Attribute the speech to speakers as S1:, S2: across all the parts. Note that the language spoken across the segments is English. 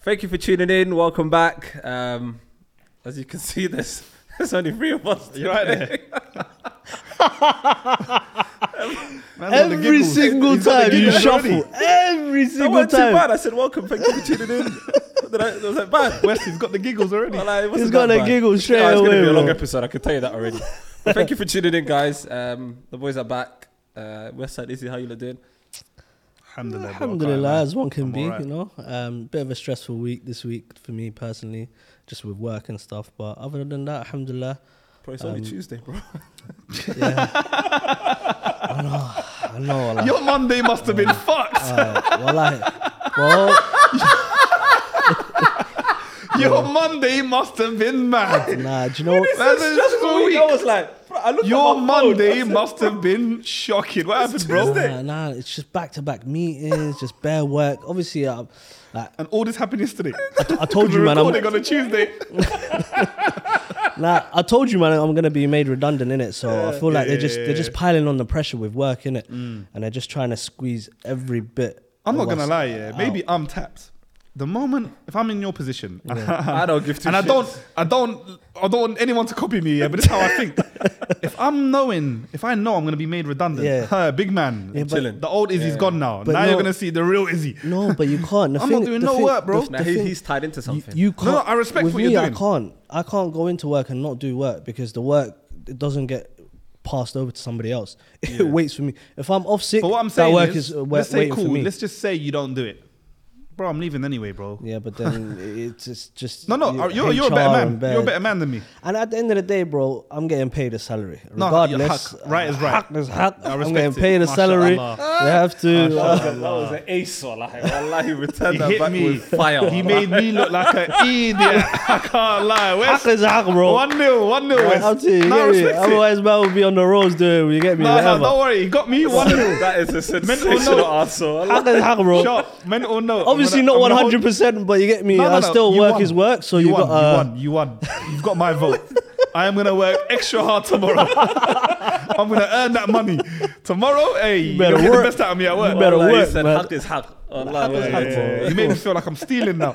S1: Thank you for tuning in. Welcome back. Um, as you can see, there's there's only three of us.
S2: You're right there.
S3: Every single time you shuffle, every
S1: That
S3: single
S1: wasn't too
S3: time.
S1: bad. I said, "Welcome. Thank you for tuning in." Then I, it was like bad.
S2: Wesley's got the giggles already.
S1: Well, like, it
S3: He's
S1: wasn't
S3: got
S1: that
S3: a
S1: bad.
S3: giggle straight
S1: Yeah, it's
S3: away.
S1: gonna be a long
S3: bro.
S1: episode. I can tell you that already. But thank you for tuning in, guys. Um, the boys are back. Uh, Westside Izzy, how you lot doing?
S2: Alhamdulillah. bro, I
S3: Alhamdulillah,
S2: can't
S3: as one can
S2: I'm
S3: be,
S2: alright.
S3: you know. Um, bit of a stressful week this week for me personally, just with work and stuff. But other than that, Alhamdulillah.
S1: Bro, it's only
S3: Um,
S1: Tuesday, bro.
S3: Yeah. I know, I know.
S2: lie.
S3: Like,
S2: Your Monday must have been fucked.
S3: uh, well, like, well,
S2: Your Monday must have been mad.
S3: nah. Do you know? what?
S2: That's a stressful
S1: I
S2: week.
S1: was like, bro, I looked
S2: Your
S1: at my phone, I
S2: Monday
S1: said,
S2: must have been shocking. What happened, bro?
S3: Nah, nah. It's just back to back meetings, just bare work. Obviously, uh, like
S2: And all this happened yesterday.
S3: I told you,
S2: We're
S3: man. I'm,
S2: recording on a Tuesday.
S3: Nah, I told you, man, I'm gonna be made redundant in it. So I feel like
S2: Yeah,
S3: they're just
S2: yeah,
S3: they're just
S2: yeah. Mm.
S3: piling on the pressure with work in it, and they're just trying to squeeze every bit.
S2: I'm not
S3: of
S2: gonna
S3: us
S2: lie, yeah.
S3: out.
S2: Maybe I'm tapped. The moment if I'm in your position,
S1: I don't give two
S2: and I
S1: shits.
S2: don't, I don't, I don't want anyone to copy me. Yeah, but it's how I think. if I'm knowing, if I know I'm gonna be made redundant,
S3: Yeah.
S2: huh, big man,
S3: Yeah, but-
S1: Chilling.
S2: The old Izzy's
S1: Yeah.
S2: gone now.
S3: But
S2: now
S3: no-
S2: you're gonna see the real Izzy.
S3: No, but you can't. The
S2: I'm
S3: thing-
S2: not doing
S3: the
S2: no
S3: thing-
S2: work, bro.
S3: the- the
S1: Nah, he,
S3: thing-
S1: he's tied into
S3: you,
S1: something.
S3: you can't.
S2: no, I respect
S3: with
S2: what you're
S3: me,
S2: doing.
S3: I can't. I can't go into work and not do work because the work it doesn't get passed over to somebody else. It waits for me. If I'm off sick,
S2: But what I'm saying
S3: that work
S2: is,
S3: is uh, wa-
S2: let's say
S3: waiting
S2: cool.
S3: for me.
S2: Let's just say you don't do it, bro. I'm leaving anyway, bro.
S3: yeah, but then it's it's just
S2: No, no,
S3: you-
S2: you're you're a
S3: HR
S2: better man.
S3: and
S2: You're a
S3: bad-
S2: better man than me.
S3: And at the end of the day, bro, I'm getting paid a salary.
S2: No,
S3: Regardless.
S2: you're hack. Right is right.
S3: Hack is hack.
S2: I
S3: I'm
S2: respect
S3: getting
S2: it.
S3: paid a
S2: Mashallah. Ah.
S3: salary. You have to. uh,
S1: that was an ace, or like, wallahi, he returned
S2: He
S1: that
S2: hit
S1: back
S2: me.
S1: with fire.
S2: He made me look like an idiot. I can't lie.
S3: hack
S2: West,
S3: is hack, bro.
S2: Oh. one nil, one nil. West.
S3: I'll tell you, you
S2: Nah, I
S3: get me?
S2: respect it.
S3: Otherwise, man will be on the roads doing You get me?
S2: No, no,
S3: Whatever.
S2: don't worry. He got me one nil.
S1: that is a sensational
S2: note.
S1: arsehole.
S3: hack is hack, bro.
S2: Sharp, mental note.
S3: Obviously,
S2: I'm
S3: not
S2: gonna- I'm gonna
S3: 100%, but you get me?
S2: hold- No, no,
S3: I
S2: no,
S3: still
S2: you
S3: work
S2: won.
S3: is work, so you,
S2: won,
S3: got. Uh,
S2: you won. You won. You've got my vote. I am gonna work extra hard tomorrow. I'm gonna earn that money tomorrow. Hey, you
S3: better
S2: better get
S3: work.
S2: the best out of me at work.
S3: You better
S1: Wallahi, he
S3: work,
S1: said,
S3: man.
S1: Haq is haq. Allah,
S3: Haq is
S1: yeah,
S3: haq,
S1: yeah,
S3: bro.
S1: yeah.
S2: Yeah, you made me feel like I'm stealing now.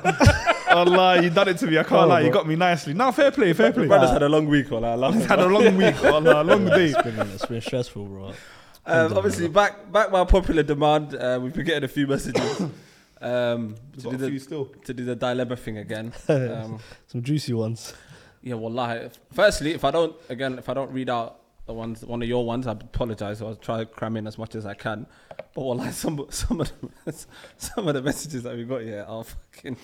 S2: Allah, you done it to me. I can't lie. You got me nicely. Now, fair play, fair play.
S1: Brothers had a long week, wallah, I love it.
S2: had a long week. Allah, a long day.
S3: It's been, it's been stressful, bro.
S1: Um, obviously, back back by popular demand, uh, we've been getting a few messages um, to, do
S2: Got a few
S1: the,
S2: still.
S1: to do the dilemma thing again. Um,
S3: Some juicy ones.
S1: yeah, wallahi. If- Firstly, if I don't again, if I don't read out the ones, one of your ones, I apologize. I'll try to cram in as much as I can. But wallahi, some some of the, some of the messages that we got here are fucking.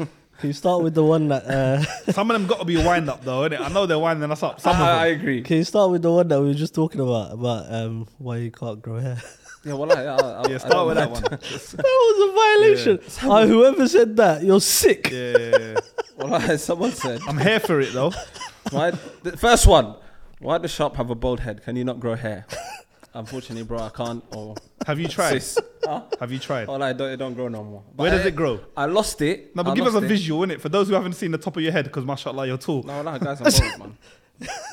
S3: Can you start with the one that? Uh,
S2: Some of them got to be a wind up though, innit? I know they're winding us up. Some
S1: I, I
S2: of them.
S1: agree.
S3: can you start with the one that we were just talking about about um, why you can't grow hair?
S1: Yeah, wallahi. I, I,
S2: Yeah,
S1: I
S2: start
S1: don't
S2: with that
S1: mind.
S2: one.
S3: That was a violation. Uh, whoever said that, you're sick.
S2: Yeah, yeah, yeah.
S1: Wallahi, someone said.
S2: I'm here for it though.
S1: Why? The first one. Why does Sharp have a bald head? Can you not grow hair? Unfortunately, bro, I can't. Or
S2: Have you tried?
S1: sis. Huh?
S2: Have you tried?
S1: Or like, don't, it don't grow no more. But
S2: Where does
S1: I-
S2: it grow?
S1: I lost it.
S2: No,
S1: I
S2: but give us
S1: lost
S2: a
S1: it.
S2: visual, innit? For those who haven't seen the top of your head, because mashallah, you're tall.
S1: No, no, guys, I'm bald, man.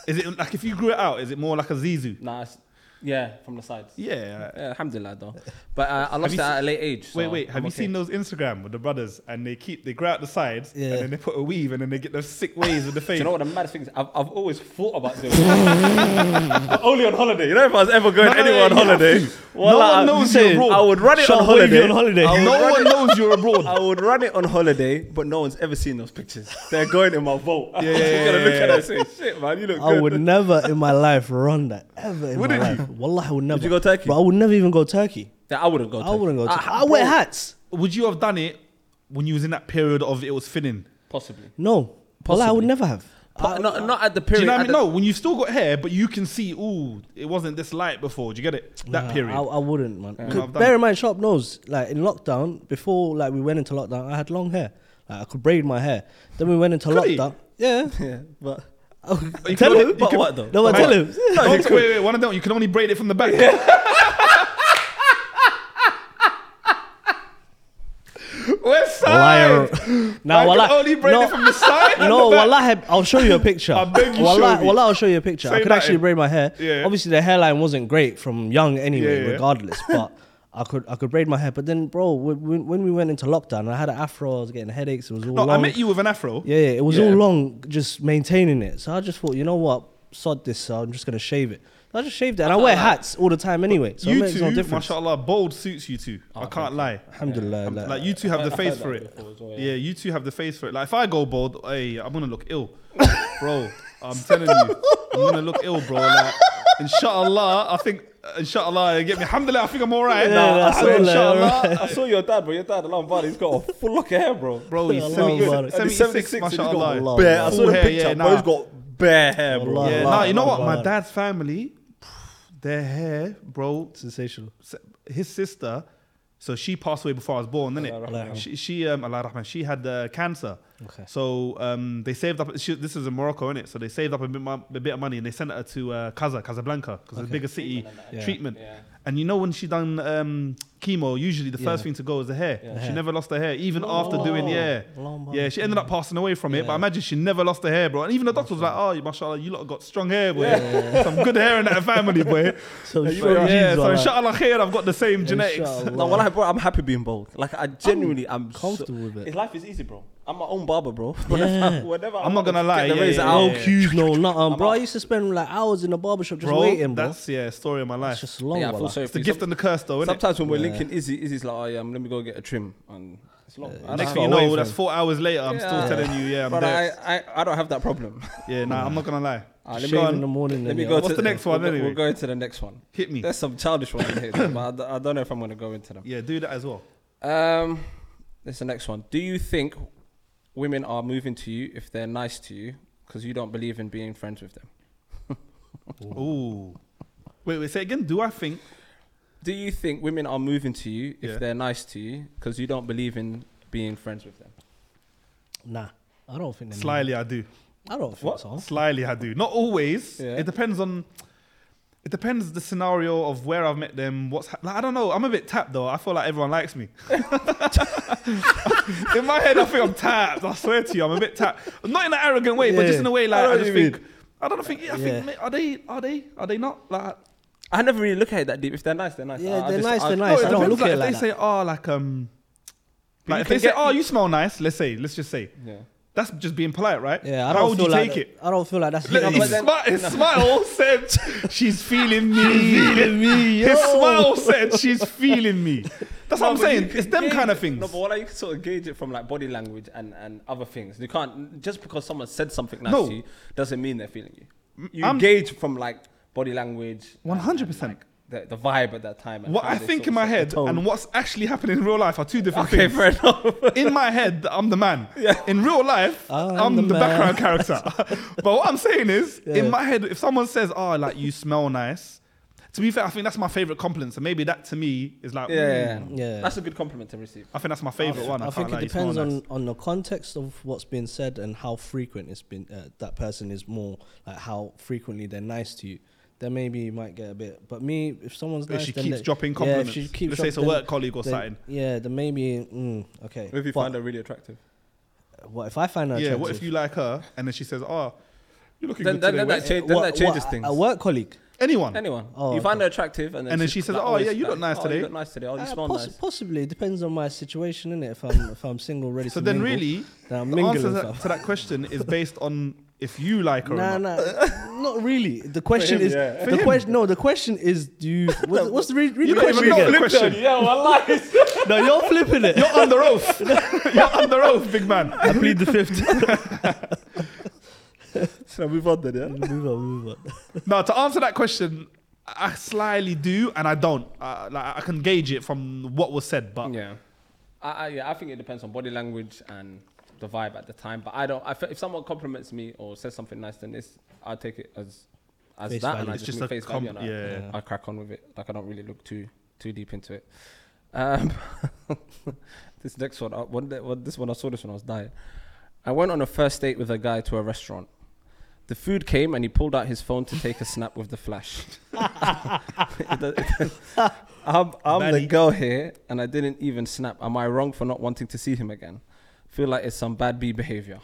S2: Is it like if you grew it out, is it more like a Zizu?
S1: Nah, it's, yeah, from the sides. Yeah.
S2: Yeah.
S1: alhamdulillah, though. But uh, I lost
S2: you
S1: it at a late age.
S2: Wait,
S1: so
S2: wait. Have
S1: I'm
S2: you
S1: okay.
S2: seen those Instagram with the brothers and they keep they grow out the sides
S3: Yeah.
S2: and then they put a weave and then they get those sick waves with the
S1: Do
S2: face.
S1: you know what the maddest thing is? I've, I've always thought about doing it. But only on holiday. You know, if I was ever going
S2: No, no,
S1: anywhere on
S2: you have
S1: holiday,
S2: no
S1: well, I-
S2: one knows you're abroad.
S1: I would run it
S3: Sharp,
S1: on
S3: what if
S1: holiday.
S3: you're on holiday?
S1: I would
S2: no
S1: run
S2: one knows you're abroad.
S1: I would run it on holiday, but no one's ever seen those pictures. They're going in my vault.
S2: Yeah,
S1: I'm
S2: yeah,
S1: just gonna
S2: yeah,
S1: look at
S2: yeah.
S1: it and say, "Shit, man, you look
S3: I
S1: good."
S3: would never in my life run that ever in
S2: Wouldn't
S3: my
S2: you?
S3: life. Wallah, I would never.
S1: you go Turkey? Ah,
S3: But I would never even go Turkey.
S1: Yeah, I wouldn't go.
S3: I wouldn't go
S1: to-
S3: Turkey. I, wear hats.
S2: Would you have done it when you was in that period of it was thinning?
S1: possibly.
S3: No, Wallah, I would
S1: Possibly. Ah,
S3: never have. I-
S1: But not, not at the
S2: Do
S1: period.
S2: you know what I
S1: at
S2: mean?
S1: the-
S2: No, when you've still got hair, but you can see, ooh, it wasn't this light before. Do you get it? That
S3: Nah,
S2: ah, period.
S3: I, I wouldn't, man. 'Cause
S2: I've done
S3: bear
S2: it.
S3: in mind, sharp nose. Like in lockdown, before like we went into lockdown, I had long hair. Like I could braid my hair. Then we went into
S2: Could he?
S3: lockdown. Yeah.
S1: Yeah, but
S2: you could-
S3: tell
S2: you
S3: him.
S2: could-
S1: But what though?
S3: No, but
S2: But-
S3: tell him.
S2: Oh, wait, wait, wait, one of them. You can only braid it from the back. West
S3: Liar.
S2: side.
S3: Now,
S2: I
S3: wallah.
S2: can only braid it
S3: No.
S2: from the side. and
S3: No,
S2: the back.
S3: wallahi, I'll show you a picture.
S2: I beg you,
S3: Wallahi,
S2: show me.
S3: wallahi, I'll show you a picture.
S2: Say
S3: I could
S2: that
S3: actually
S2: in-
S3: braid my hair.
S2: Yeah.
S3: Obviously, the hairline wasn't great from young anyway,
S2: Yeah, yeah.
S3: regardless. But I could I could braid my hair, but then, bro, when, when we went into lockdown, I had an afro. I was getting headaches. It was all
S2: No,
S3: long.
S2: I met you with an afro.
S3: Yeah, yeah, it was all
S2: Yeah.
S3: long, just maintaining it. So I just thought, you know what, sod this. So I'm just gonna shave it. So I just shaved it, and I wear hats all the time anyway. So it
S2: you
S3: makes
S2: two,
S3: no difference. Oh,
S2: mashallah, bold suits you two. I can't lie.
S3: Alhamdulillah,
S2: Um,
S3: like-
S2: like you two have the
S1: I
S2: face
S1: heard
S2: for
S1: that
S2: it.
S1: before as well,
S2: yeah.
S1: yeah.
S2: you two have the face for it. Like if I go bald, hey, I'm gonna look ill, bro. I'm telling you, I'm gonna look ill, bro. Like, inshallah, I think inshallah, you get me. Alhamdulillah, I think I'm alright
S3: Yeah,
S2: now.
S3: yeah,
S2: So
S3: alhamdulillah,
S2: inshallah,
S1: I saw your dad, bro. Your dad, alarm body, he's got a full lock of hair, bro.
S2: bro. He's
S3: Allah,
S2: 70,
S3: Allah.
S1: And he's
S2: 76,
S1: 76, and he's got
S2: mashallah.
S3: Allah.
S4: Bare. I saw
S2: Full
S4: the
S2: hair,
S4: picture.
S2: yeah, nah.
S4: Bro's got bare hair, bro.
S3: Allah.
S2: Yeah,
S3: Allah,
S2: nah, you know what?
S3: Allah.
S2: My dad's family, their hair, bro.
S3: Sensational.
S2: s- his sister, so she passed away before I was born, didn't
S1: Allah
S3: rahmah.
S2: it? She, she um, Allah rahmah, she had uh, cancer.
S3: Okay.
S2: So um, they saved up. She, this is in Morocco, innit? So they saved up a bit, mo- a bit of money and they sent her to uh, Kaza, Casablanca, because it's a bigger city
S3: Yeah.
S2: treatment.
S1: Yeah.
S2: And you know when she done um, chemo, usually the first
S3: Yeah.
S2: thing to go is the hair.
S1: Yeah.
S3: The
S2: She
S3: hair.
S2: never lost her hair, even
S3: Oh.
S2: after doing yeah.
S3: Long
S2: Yeah,
S3: bar.
S2: she ended up passing away from it, but
S3: Yeah.
S2: imagine she never lost her hair, bro. And even the doctor was like, "Oh, mashallah, you lot got strong hair, boy. Some good hair in that family, boy."
S3: So
S2: Yeah,
S3: strong
S2: yeah,
S3: genes
S2: so
S3: are like-
S2: inshallah khair, I've got the same genetics.
S3: Inshallah.
S1: No, when I, bro, I'm happy being bald. Like I genuinely, I'm, so-
S3: comfortable with it.
S1: His life is easy, bro. I'm my own barber, bro.
S3: Yeah.
S1: Whenever I
S2: I'm not
S1: want to
S2: gonna lie,
S1: get the
S2: yeah,
S1: razor
S2: yeah,
S1: out,
S3: No
S2: yeah.
S3: queues, no nothing,
S1: I'm
S3: bro. I
S1: out.
S3: used to spend like hours in the barbershop just
S2: bro,
S3: waiting, bro.
S2: that's yeah, story of my life.
S3: It's just long.
S1: Yeah, I feel
S3: wallah.
S1: sorry
S2: it's
S1: for
S2: the
S1: you.
S2: gift and the curse, though, isn't
S1: Sometimes when we're
S3: Yeah.
S1: linking Izzy, Izzy's like, oh yeah, um, let me go get a trim, and it's long. I don't
S2: Next
S1: have
S2: thing you
S1: to wait
S2: know,
S1: for
S2: that's
S1: him.
S2: four hours later. I'm
S1: Yeah.
S2: still telling you, yeah, I'm
S1: But
S2: dead.
S1: I, I, I don't have that problem.
S2: yeah, nah, I'm not gonna lie.
S1: Ah, let me
S3: Shave
S1: go
S3: in
S1: on.
S3: the morning.
S1: Let
S3: then
S1: me
S3: yeah.
S1: go
S2: What's
S1: to
S2: the next one
S1: We'll, go-
S2: anyway?
S1: we'll go into the next one.
S2: Hit me.
S1: There's some childish ones in here, but I, d- I don't know if I'm gonna go into them.
S2: Yeah, do that as well.
S1: Um, there's the next one. Do you think women are moving to you if they're nice to you because you don't believe in being friends with them?
S2: Ooh, wait, wait, say again. Do I think?
S1: Do you think women are moving to you if
S2: Yeah.
S1: they're nice to you because you don't believe in being friends with them?
S3: Nah, I don't think. they know.
S2: Slyly, I do.
S3: I don't think
S1: What?
S3: so.
S2: Slyly, I do. Not always.
S1: Yeah.
S2: It depends on. It depends the scenario of where I've met them. What's hap- like, I don't know. I'm a bit tapped though. I feel like everyone likes me. in my head, I think I'm tapped. I swear to you, I'm a bit tapped. Not in an arrogant way, but
S3: Yeah.
S2: just in a way like
S3: I know
S2: I,
S3: what
S2: just
S3: you mean.
S2: think. I don't think. I
S3: Yeah.
S2: think mate, are they? Are they? Are they not? Like
S1: I never really look at it that deep. If they're nice, they're nice.
S3: Yeah,
S1: I- I
S3: they're
S1: just-
S3: nice,
S1: I-
S3: they're nice. I
S2: Oh, it
S3: don't
S2: depends,
S3: look at it
S2: if
S3: like
S2: they
S3: that.
S2: say, "Oh, like um,"
S1: But
S2: like
S1: you
S2: if they
S1: can
S2: say,
S1: get-
S2: "Oh, you smell nice," let's say, let's just say,
S1: Yeah.
S2: that's just being polite, right?
S3: Yeah, I don't
S2: How would
S3: feel
S2: you take
S3: like that-
S2: it?
S3: I don't feel like that's.
S2: Look,
S1: No,
S2: his,
S1: but then-
S2: smi- his smile said she's feeling me. feeling me. His
S3: yo.
S2: smile said she's feeling me. That's what I'm
S1: No, but you
S2: saying.
S1: can
S2: It's them
S1: gauge
S2: kind of
S1: it-
S2: things.
S1: No, but what I can sort of gauge it from like body language and, and other things. You can't just because someone said something nice
S2: No.
S1: to you doesn't mean they're feeling you. You
S2: I'm-
S1: gauge from like body language. and- and,
S2: 100%.
S1: like, The, the vibe at that time. and
S2: What
S1: how
S2: I
S1: they
S2: think
S1: sort
S2: in
S1: of
S2: my
S1: set the
S2: head
S1: tone.
S2: and what's actually happening in real life are two different
S1: Okay,
S2: things.
S1: fair enough.
S2: in my head, I'm the man. In real life, I'm,
S3: I'm
S2: the,
S3: the man.
S2: background character. but what I'm saying is, in
S3: Yeah.
S2: my head, if someone says, "Oh, like you smell nice," to be fair, I think that's my favorite compliment. So maybe that to me is like,
S1: Yeah, yeah,
S2: mm.
S1: yeah.
S3: Yeah.
S1: That's a good compliment to receive.
S2: I think that's my favorite one.
S3: I
S2: can't
S3: think
S2: lie,
S3: it
S2: you smell
S3: depends
S2: nice.
S3: on, on the context of what's being said and how frequent it's been. Uh, that person is more like how frequently they're nice to you. Then maybe you might get a bit. But me, if someone's
S2: If
S3: nice,
S2: she
S3: then
S2: keeps
S3: they-
S2: dropping
S3: yeah,
S2: compliments.
S3: if she keeps
S2: Let's say it's a
S3: dropping-
S2: work colleague or
S3: then-
S2: something.
S3: Yeah, then maybe mm, okay.
S1: If you
S3: But
S1: find her really attractive,
S3: what if I find her?
S2: Yeah, what if
S3: attractive?
S2: you like her and then she says, "Oh, you're looking
S1: then
S2: good
S1: then,
S2: today."
S1: then, that,
S2: Wes."
S1: cha- then
S3: Uh, What-
S1: that changes
S3: what,
S1: things.
S3: A work colleague.
S2: Anyone?
S1: Anyone,
S3: Oh,
S1: you find her attractive, and then,
S2: And then she
S1: she's
S2: says,
S1: like,
S2: "Oh, yeah, you
S1: she's
S2: look
S1: like,
S2: nice today."
S1: Oh, you look nice today. Oh, you
S3: Uh,
S1: smell
S3: poss-
S1: nice.
S3: Possibly depends on my situation, innit? If I'm if I'm single, ready
S2: So
S3: to
S2: then,
S3: mingle,
S2: really,
S3: then I'm
S2: the answer
S3: mingling.
S2: to
S3: fam.
S2: that, to that question is based on if you like her.
S3: Nah,
S2: or not.
S3: nah, not really. The question
S1: him,
S3: is
S1: yeah.
S3: the question. No, the question is, do you? What's, what's the re- read
S2: You
S3: the
S2: don't even
S3: question
S2: know
S3: again?
S2: the question.
S1: Yeah, well, lies.
S3: No, you're flipping it.
S2: You're under oath. You're under oath, big man.
S3: I plead the fifth.
S1: Should I move on then? Yeah.
S3: move on, move on.
S2: No, to answer that question, I slyly do and I don't. Uh, like I can gauge it from what was said, but
S1: Yeah, I, I yeah, I think it depends on body language and the vibe at the time. But I don't. I fe- if someone compliments me or says something nice, then it's I take it as as
S3: Face
S1: that,
S3: value.
S1: and I
S2: It's
S1: just,
S2: just
S1: make
S2: a
S1: face
S2: com-
S1: value. And I,
S2: yeah.
S1: I crack on with it. Like I don't really look too too deep into it. Um, this next one, I, one, day- one, this one I saw this one. I was dying. I went on a first date with a guy to a restaurant. The food came and he pulled out his phone to take a snap with the flash. I'm, I'm the
S2: Manny.
S1: girl here and I didn't even snap. Am I wrong for not wanting to see him again? Feel like it's some bad B behavior.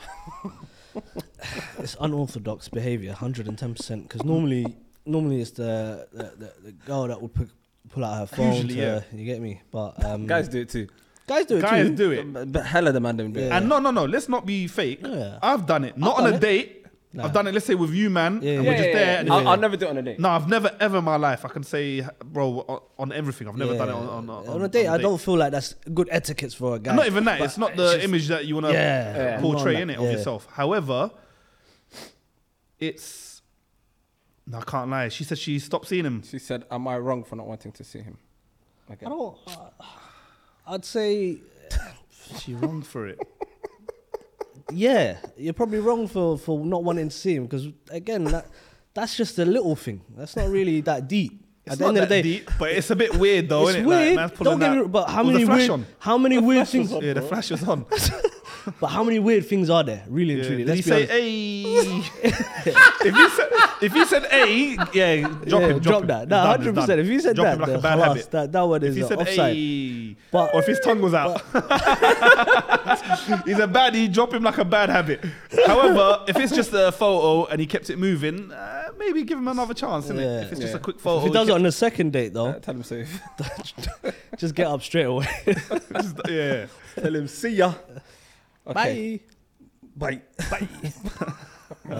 S3: It's unorthodox behavior, hundred and ten percent. Because normally, normally it's the the, the the girl that would pick, pull out her phone.
S2: Usually,
S3: to
S2: yeah.
S3: her, You get me? But um,
S1: Guys do it too.
S3: guys do it
S2: Guys
S3: too.
S2: do it.
S1: But, but hella the man didn't do
S3: Yeah.
S1: it.
S2: And no, no, no. Let's not be fake.
S3: Yeah.
S2: I've done it. Not on
S3: done
S2: a
S3: it.
S2: date.
S3: Nah.
S2: I've done it. Let's say with you, man.
S3: Yeah,
S2: and
S3: yeah,
S2: we're just there. And
S1: I'll,
S2: it's-
S1: I'll never do it on a date.
S2: no, I've never ever in my life I can say, bro, on, on everything. I've never done it on, on, on,
S3: a date. I don't feel like that's good etiquette for a guy.
S2: And not even that.
S3: but
S2: It's not
S3: it's
S2: the
S3: just-
S2: image that you want to
S3: Yeah.
S2: portray
S3: Yeah.
S2: in it
S3: Yeah.
S2: of yourself. However, it's. No, I can't lie. She said she stopped seeing him.
S1: She said, "Am I wrong for not wanting to see him?"
S3: I don't. I'd say,
S2: She wrong for it.
S3: yeah, you're probably wrong for for not wanting to see him because again, that that's just a little thing. That's not really that deep.
S2: It's
S3: At the
S2: not
S3: end of
S2: that
S3: the day,
S2: deep, but it's a bit weird though,
S3: it's
S2: isn't
S3: weird.
S2: it? Like, man's pulling
S3: don't get me.
S2: out-
S3: wrong, But how
S2: Was
S3: many
S2: the flash
S3: weird?
S2: on?
S3: How many weird things?
S2: yeah, the flash was on.
S3: But how many weird things are there? Really and
S2: Yeah.
S3: truly.
S2: Did
S3: Let's
S2: he
S3: be
S2: say
S3: honest.
S2: A? if he said if he said A, yeah, drop
S3: yeah,
S2: him,
S3: drop
S2: him.
S3: that.
S2: It's done,
S3: No,
S2: it's
S3: hundred percent.
S2: done.
S3: If you said
S2: drop
S3: that,
S2: him like
S3: then
S2: a bad
S3: خلاص,
S2: habit.
S3: that that one
S2: If
S3: is
S2: he
S3: uh,
S2: said
S3: offside.
S2: A,
S3: But-
S2: or if his tongue was out, he's a baddie. Drop him like a bad habit. However, if it's just a photo and he kept it moving, uh, maybe give him another chance. Innit?
S3: Yeah.
S2: If it's just
S1: Yeah.
S2: a quick
S3: if
S2: photo,
S3: he does it
S2: kept-
S3: on the second date
S1: Uh,
S3: though,
S1: tell him safe.
S3: just get up straight away.
S2: just, yeah.
S1: tell him, "See ya."
S3: Bye.
S1: Bye.
S3: I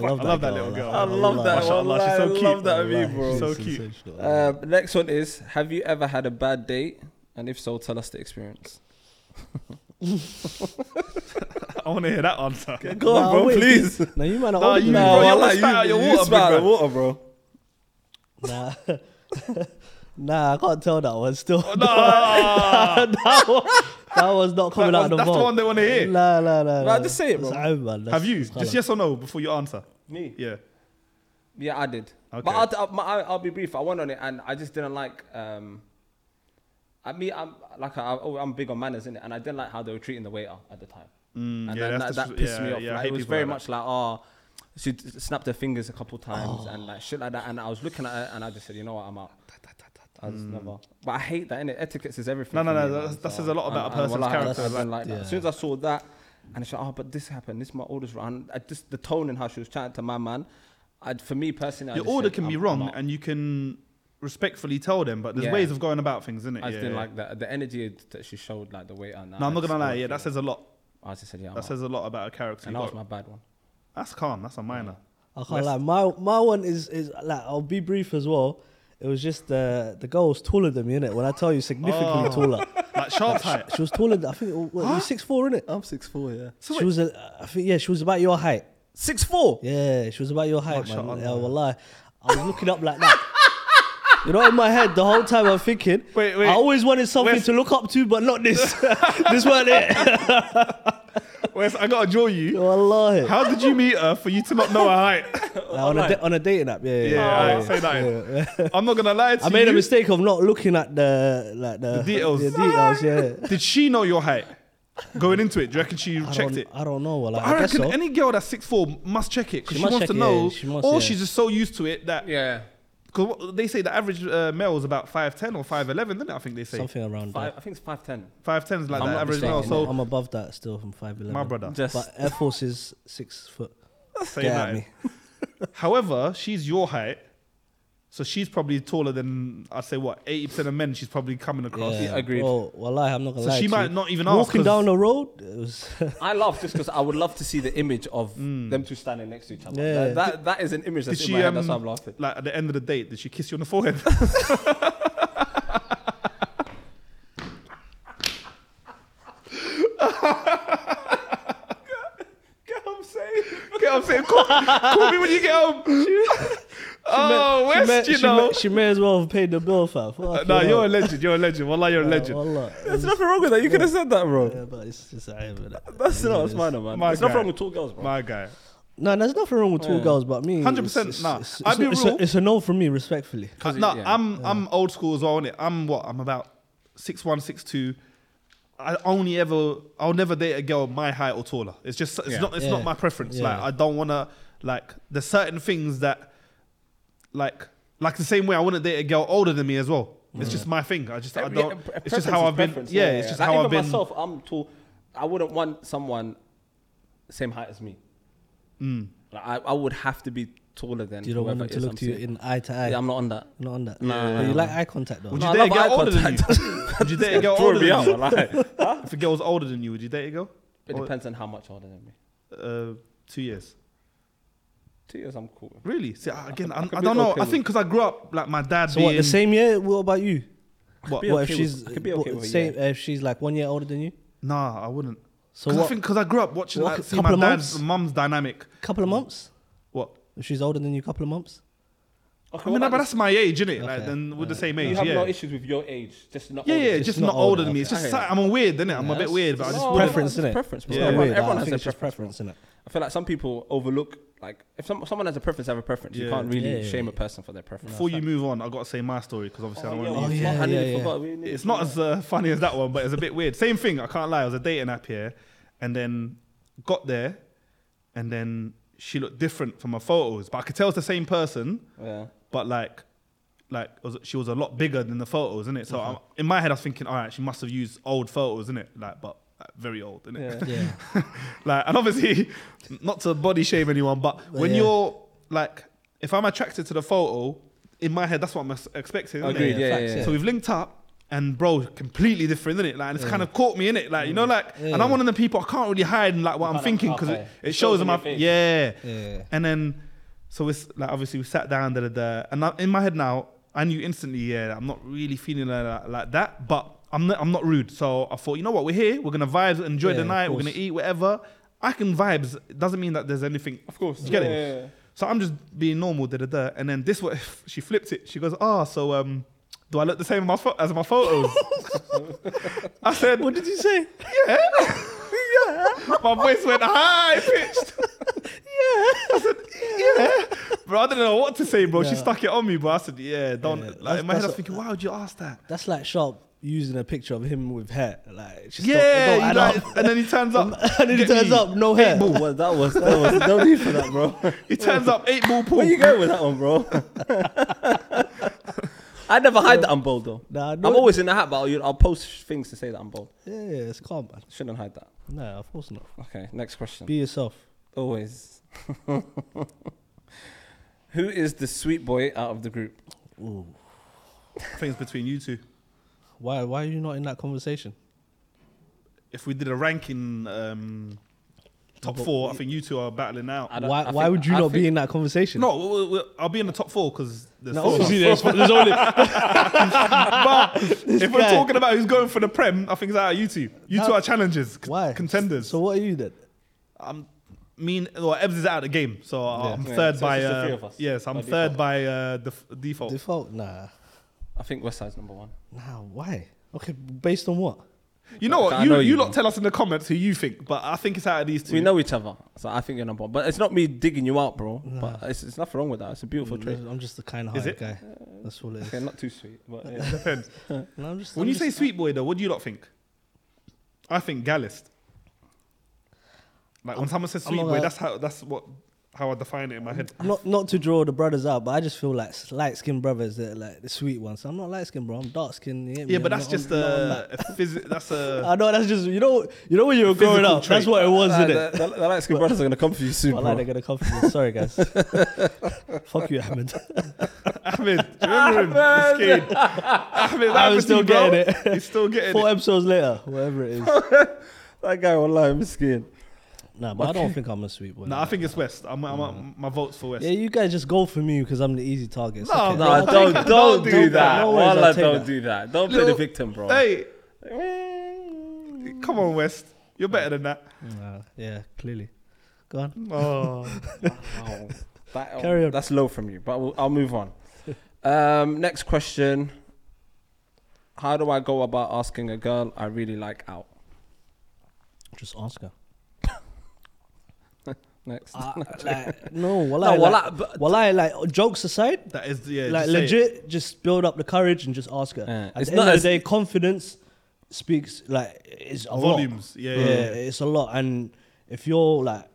S2: I
S3: love that,
S2: love that little girl.
S1: I love that
S2: Mashallah,
S1: one.
S2: she's
S1: I
S2: so
S1: love
S2: cute.
S1: that meme,
S2: She's
S1: bro.
S2: so cute. Uh,
S1: Um, next one is: Have you ever had a bad date? And if so, tell us the experience.
S2: I want to hear that answer.
S1: Go on, bro, please.
S3: No, you might not.
S2: Nah,
S3: old
S2: you- bro,
S3: enough.
S1: I
S2: always spat out your water, big
S1: spat out
S2: man.
S1: the water, bro.
S3: Nah. nah, I can't tell that one still.
S2: Oh, No,
S3: that, one, that one's not coming
S2: That
S3: out of
S2: one-
S3: the
S2: that's the
S3: vault.
S2: one they wanna hear.
S3: Nah, nah, nah.
S1: Nah, just say it,
S3: It's
S1: bro.
S3: out, man. That's-
S2: have you?
S3: it's
S2: Just
S3: colour.
S2: yes or no before you answer.
S1: Me?
S2: Yeah.
S1: Yeah, I did.
S2: Okay.
S1: But I'll, I'll, I'll- I'll be brief. I went on it, and I just didn't like. Um, I mean, I'm like I, oh, I'm big on manners, innit? And I didn't like how they were treating the waiter at the time. and
S2: Mm, yeah,
S1: then that,
S2: that's
S1: that
S2: just-
S1: pissed me
S2: yeah,
S1: off.
S2: yeah, I
S1: like,
S2: hate
S1: it was
S2: people
S1: very
S2: like
S1: much like, oh, she d- snapped her fingers a couple times and like shit like that. And I was looking at her and I just said, you know what, I'm out. I just never. But I hate that, innit? Etiquette is everything.
S2: No,
S1: for
S2: no, no,
S1: me,
S2: that's-
S1: man.
S2: that says a lot about a person's
S1: wallahi, I
S2: character,
S1: just
S2: like-
S1: didn't like that.
S3: Yeah.
S1: As soon as I saw that, and she like, oh, but this happened. This is my order's wrong. And I just the tone and how she was chatting to my man. I, for me personally, I
S2: Your
S1: just
S2: order
S1: said,
S2: can be
S1: I'm-
S2: wrong,
S1: I'm out.
S2: and you can respectfully tell them, but there's
S1: Yeah.
S2: ways of going about things, isn't it?
S1: I just
S2: Yeah,
S1: didn't
S2: yeah.
S1: like that. The energy that she showed, like the waiter.
S2: No, I'm not gonna lie. Yeah, that says a lot.
S1: I just said, yeah, I'm
S2: That
S1: out.
S2: says a lot about a character.
S1: and
S2: You
S1: that was
S2: got-
S1: my bad one.
S2: That's calm. That's a minor.
S3: I can't lie. My my one is is like I'll be brief as well. It was just uh, the the girl was taller than me, innit? When I tell you, significantly
S2: Oh.
S3: taller.
S2: Like sharp height.
S3: She was taller. Than, I think oh, what, you six four, innit?
S4: I'm six four, yeah.
S3: she was a, I think yeah, she was about your height.
S4: Six four.
S3: Yeah, she was about your height, man.
S2: Mashallah.
S3: Yeah, wallahi. I was looking up like that. You know, in my head, the whole time I'm thinking,
S2: Wait, wait.
S3: I always wanted something
S2: Where's-
S3: to look up to, but not this. this weren't it.
S2: Wes, I gotta draw you.
S3: Wallahi.
S2: How did you meet her for you to not know her height?
S3: Like, on, a da- on a dating app, yeah. yeah,
S2: Yeah,
S3: yeah,
S2: I
S3: yeah.
S2: ain't say that. I'm not gonna lie to
S3: I made
S2: you.
S3: a mistake of not looking at the like the,
S2: details.
S3: The details, yeah.
S2: Did she know your height going into it? Do you reckon she
S3: I
S2: checked
S3: don't,
S2: it?
S3: I don't know. Well,
S2: I,
S3: I, guess
S2: reckon
S3: so.
S2: any girl that's six four must check it because she,
S3: She must
S2: wants to
S3: check it,
S2: know,
S3: yeah, she must,
S2: or
S3: yeah.
S2: she's just so used to it that
S1: Yeah,
S2: Because they say the average uh, male is about 5'10 or 5'11, didn't it? I think they say.
S3: Something around
S1: five,
S3: that.
S1: I think it's five ten.
S2: 5'10 is like
S1: I'm
S2: the
S1: not
S2: average
S1: mistaken,
S2: male.
S1: no.
S2: So,
S3: I'm above that still from five eleven.
S2: my brother,
S1: Just
S3: But Air Force is six foot.
S2: say
S3: Get
S2: that.
S3: at me.
S2: However, she's your height. So she's probably taller than, I'd say, what, 80% of men she's probably coming across.
S1: Yeah. agreed.
S3: Well, Oh, wallahi, I'm not gonna
S2: So
S3: lie.
S2: she
S3: to
S2: might
S3: you.
S2: not even ask.
S3: Walking
S2: 'cause-
S3: down the road, it was
S1: I laugh just because I would love to see the image of them two standing next to each other.
S3: Yeah.
S1: That, that, that is an image that's
S2: Mm. Did
S1: in
S2: she,
S1: my head. That's why
S2: um,
S1: I'm laughing.
S2: Like at the end of the date, did she kiss you on the forehead?
S1: Get what I'm saying?
S2: Get what I'm saying? Call, call me when you get home. oh,
S3: she, may,
S2: West, you
S3: she,
S2: know.
S3: may, she may as well have paid the bill, fam. Fucking
S2: Nah, you're a
S3: hell.
S2: legend. You're a legend. Wallah, you're a legend.
S3: Wallah.
S1: There's nothing wrong with that. You could have said that, bro.
S3: Yeah, but it's just I haven't.
S1: That's not that's minor, man.
S2: My
S1: There's nothing
S2: guy.
S1: wrong with tall girls, bro.
S2: My guy.
S3: No, there's nothing wrong with two
S1: Yeah.
S3: girls, but me,
S2: 100%,
S3: it's-
S2: nah.
S3: It's, it's,
S2: I'd be
S3: it's, a,
S2: real.
S3: it's a no from me, respectfully.
S2: Uh,
S1: Cause it-
S2: no,
S1: yeah.
S2: I'm I'm old school as well, innit? I'm what? I'm about six one, six two. I only ever I'll never date a girl my height or taller. It's just it's
S1: Yeah.
S2: not it's
S3: Yeah.
S2: not my preference. Like
S3: Yeah.
S2: I don't wanna like there's certain things that like like the same way I wouldn't date a girl older than me as well. It's
S1: Mm.
S2: just my thing. I just I
S1: Yeah,
S2: don't.
S1: pre-
S2: it's just
S1: e-, preference
S2: how
S1: is
S2: I've been.
S1: preference,
S2: Yeah, it's just
S1: Like,
S2: how
S1: even
S2: I've been.
S1: myself, I'm tall. I wouldn't
S2: Hmm.
S1: want someone same height as me. Like, I, I would have to be taller than.
S3: You don't want
S1: whoever
S3: them to
S1: it is
S3: look
S1: I'm
S3: to you
S1: seeing.
S3: in eye to eye.
S1: Yeah, I'm not on that.
S3: not on that.
S1: Nah,
S3: But
S1: nah,
S3: you
S1: nah.
S3: like eye contact though.
S2: Would
S1: No,
S2: you
S1: I
S2: date a
S1: love
S2: girl
S1: eye
S2: older than you? Would you date a girl
S1: Threw
S2: older
S1: me
S2: than
S1: out,
S2: you?
S1: like,
S2: If a girl's older than you, would you date a girl?
S1: It
S2: Or-
S1: depends on how much older than me.
S2: Uh, two years.
S1: Two years, I'm cool. with.
S2: Really? See, I- again,
S1: I
S2: I,
S1: could
S2: I
S1: be
S2: don't know.
S1: okay
S2: I
S1: with-
S2: think because I grew up like my dad
S3: So
S2: being.
S3: what? The same year? What about you?
S2: What?
S1: Be okay
S3: what
S1: with-
S3: if she's
S1: I could be
S3: what-
S1: okay with a
S3: same?
S1: year.
S3: If she's like one year older than you?
S2: Nah, I wouldn't.
S3: So
S2: Because I
S3: what?
S2: think because I grew up watching
S3: What,
S2: like, see
S3: couple
S2: my
S3: of
S2: dad's
S3: months?
S2: mum's dynamic.
S3: couple
S1: Mm.
S3: of months.
S2: What?
S3: If she's older than you, couple of months.
S1: Okay,
S2: I
S1: what
S2: mean,
S1: about
S2: but
S1: this?
S2: that's my age, innit? Like,
S3: Okay.
S2: then we're the same
S1: you
S2: age,
S1: have no
S2: yeah.
S1: issues with your age, just not.
S2: Yeah,
S1: older.
S2: yeah,
S1: Just-
S2: just not older than me.
S3: okay.
S2: It's just
S1: I hear
S2: si-
S1: that.
S2: I'm a weird, innit? I'm a bit
S3: that's-
S2: weird, but I
S3: it's
S2: just
S1: No,
S2: wouldn't.
S3: preference,
S1: no, it's
S3: innit?
S1: Preference, bro.
S2: Yeah.
S3: It's not
S1: Everyone,
S3: weird, like,
S1: everyone
S3: I
S1: has
S3: think
S1: their
S3: it's just
S1: preference.
S3: preference, innit?
S1: I feel like some people overlook like if some, someone has a preference, they have a preference. You
S2: Yeah.
S1: can't really
S3: Yeah, yeah,
S1: shame a
S3: yeah.
S1: person for their preference.
S2: Before you move on, I gotta say my story because obviously I
S1: Oh,
S2: don't
S1: yeah,
S2: want to.
S1: well,
S3: yeah,
S1: I nearly
S3: yeah, yeah.
S1: forgot. We-
S2: It's not as uh, funny as that one, but it's a bit weird. Same thing. I can't lie. I was a dating app here, and then got there, and then she looked different from her photos, but I could tell it's the same person.
S1: Yeah.
S2: But like, like it was, she was a lot bigger than the photos, isn't it? So I'm, in my head, I was thinking, all right, she must have used old photos, isn't it? Like, but like, very old, isn't it?
S1: Yeah.
S3: Yeah.
S2: like, and obviously, not to body shame anyone, but when
S3: yeah.
S2: you're like, if I'm attracted to the photo, in my head, that's what I'm ex- expecting. Isn't
S1: Agreed,
S2: It?
S1: yeah,
S3: facts,
S1: yeah, yeah.
S2: So we've linked up, and bro, completely different, isn't it? Like, and it's kind of caught me in it, like you
S1: Mm.
S2: know, like, and I'm one of the people I can't really hide like what I'm
S1: can't
S2: thinking
S1: hide,
S2: because it,
S1: okay.
S2: it shows in my
S1: your face.
S2: yeah.
S3: Yeah.
S2: And then, so it's like obviously we sat down, da da da, and I, in my head now, I knew instantly, yeah, I'm not really feeling like, like that, but I'm not, I'm not rude. So I thought, you know what, we're here, we're gonna vibe, enjoy
S3: Yeah,
S2: the
S3: of
S2: night, we're
S3: course.
S2: gonna eat whatever. I can vibes. It doesn't mean that there's anything.
S1: Of course.
S2: You get
S1: yeah,
S2: it?
S1: yeah, yeah.
S2: So I'm just being normal, da da da. And then this what she flipped it. She goes, ah, so um, do I look the same as my, pho- as my photos? I said,
S3: What did you say?
S2: my voice went high pitched. yeah. I said, yeah. Bro, I didn't know what to say, bro. She
S3: Yeah.
S2: stuck it on me, bro. I said, yeah, don't.
S3: Yeah,
S2: Like,
S3: that's-
S2: in my head, I was
S3: that's-
S2: thinking, why would you ask that?
S3: That's like Sharp using a picture of him with hair. Like, just don't-
S2: Yeah,
S3: don't
S2: you
S3: add
S2: like-
S3: up.
S2: and then he turns up.
S3: and then he
S2: Get
S3: turns
S2: me.
S3: up, no hair.
S1: Oh, well, that was that was no need for that, bro.
S2: He turns up eight ball pool.
S1: Where you going with that one, bro? I never hide that I'm bald though.
S3: Nah,
S1: I'm
S3: no-
S1: always in the hat, but I'll, I'll post things to say that I'm bald.
S3: Yeah, yeah, it's calm, man.
S1: Shouldn't hide that.
S3: No, of course not.
S1: Okay, next question.
S3: Be yourself.
S1: Always. Who is the sweet boy out of the group?
S3: Ooh.
S2: Things between you two.
S3: Why? Why are you not in that conversation?
S2: If we did a ranking um, top
S3: But
S2: four, I think you two are battling out.
S1: I don't-
S3: Why?
S1: I
S3: why
S1: think-
S3: would you
S1: I
S3: not be
S1: think-
S3: in that conversation? Oh.
S2: No, we- we- we- I'll be in the top four because there's
S3: No,
S2: four. of us.
S5: there's,
S3: obviously.
S5: there's only
S2: But if we're
S3: guy.
S2: talking about who's going for the prem, I think it's out of you two. You two
S3: No.
S2: are challengers, c-
S3: Why?
S2: contenders.
S3: So what are you then?
S2: I'm mean. Well, Ebs is out of the game, so I'm
S1: Yeah,
S2: third
S1: so
S2: by.
S1: it's just the
S2: Uh,
S1: three of us
S2: Yes, I'm
S1: by
S2: third
S1: default.
S2: by uh, def- default.
S3: Default? Nah.
S1: I think West Side's number one.
S3: Nah. Why? Okay. Based on what?
S2: you know what?
S1: I
S2: You,
S1: know
S2: you,
S1: you,
S2: lot
S1: man.
S2: tell us in the comments who you think, but I think it's out of these two.
S1: We know each other, so I think you're number one. But it's not me digging you out, bro. But it's, it's nothing wrong with that. It's a beautiful trait.
S3: I'm just a
S2: Is it?
S3: kind-hearted guy. That's all it Mm, is.
S1: Okay, not too sweet, but yeah.
S2: Depends.
S3: No, I'm just,
S2: when
S3: I'm
S2: you
S3: just-
S2: say sweet boy, though, what do you lot think? I think Gallist. Like when someone says
S3: I'm
S2: sweet
S3: not
S2: boy,
S3: gonna-
S2: that's how that's what how I define it in my head.
S3: not not to draw the brothers out, but I just feel like light skinned brothers that are like the sweet ones. I'm not light skinned, bro. I'm dark skinned.
S2: Yeah, but that's just a, a phys- That's a
S3: I know that's just you know you know when you were growing
S2: Physical
S3: up. That's
S2: trait.
S3: what it was,
S1: Nah,
S3: isn't
S1: the,
S3: it?
S1: the, the light skinned brothers are gonna come for you soon,
S3: I
S1: bro.
S3: like they're gonna come for me. Sorry, guys. Fuck you, Ahmed.
S2: Ahmed. Do you remember
S1: Ahmed.
S2: him? This kid. Ahmed,
S3: I was
S2: Ahmed,
S3: still
S2: bro.
S3: getting it.
S2: He's still getting
S3: Four
S2: it.
S3: episodes later, whatever it is.
S1: that guy will lie, I'm scared.
S3: Nah, but I don't think I'm a sweet boy.
S2: No, I think it's West. I'm, I'm, my vote's for West.
S3: Mm. yeah, you guys just go for me because I'm the easy target. It's
S2: No,
S3: okay.
S2: no,
S1: No,
S2: I'll
S1: don't,
S2: take it.
S1: don't,
S2: Don't
S1: do
S2: do
S1: that.
S2: that.
S3: No worries, I'll
S1: Wallah,
S3: take
S1: don't
S3: that.
S1: do that. Don't play
S2: Little-
S1: the victim, bro.
S2: Hey, come on, West. You're better than that.
S3: Nah, yeah, clearly. Go on.
S2: Oh.
S1: Wow. That- oh,
S3: Carry on.
S1: That's low from you, but we'll, I'll move on. Um, next question. How do I go about asking a girl I really like out?
S3: Just ask her.
S1: Next.
S3: Uh, like, no,
S1: No,
S3: wallah,
S1: wallah,
S3: like,
S1: but-
S3: wallah, like jokes aside,
S2: That is, yeah.
S3: like
S2: just say it.
S3: legit, just build up the courage and just ask her.
S1: Yeah.
S3: At
S1: It's
S3: the
S1: not
S3: end
S1: as-
S3: of the day, confidence speaks like it's a
S2: Volumes.
S3: Lot.
S2: Yeah,
S3: Yeah,
S2: yeah.
S3: it's a lot. And if you're like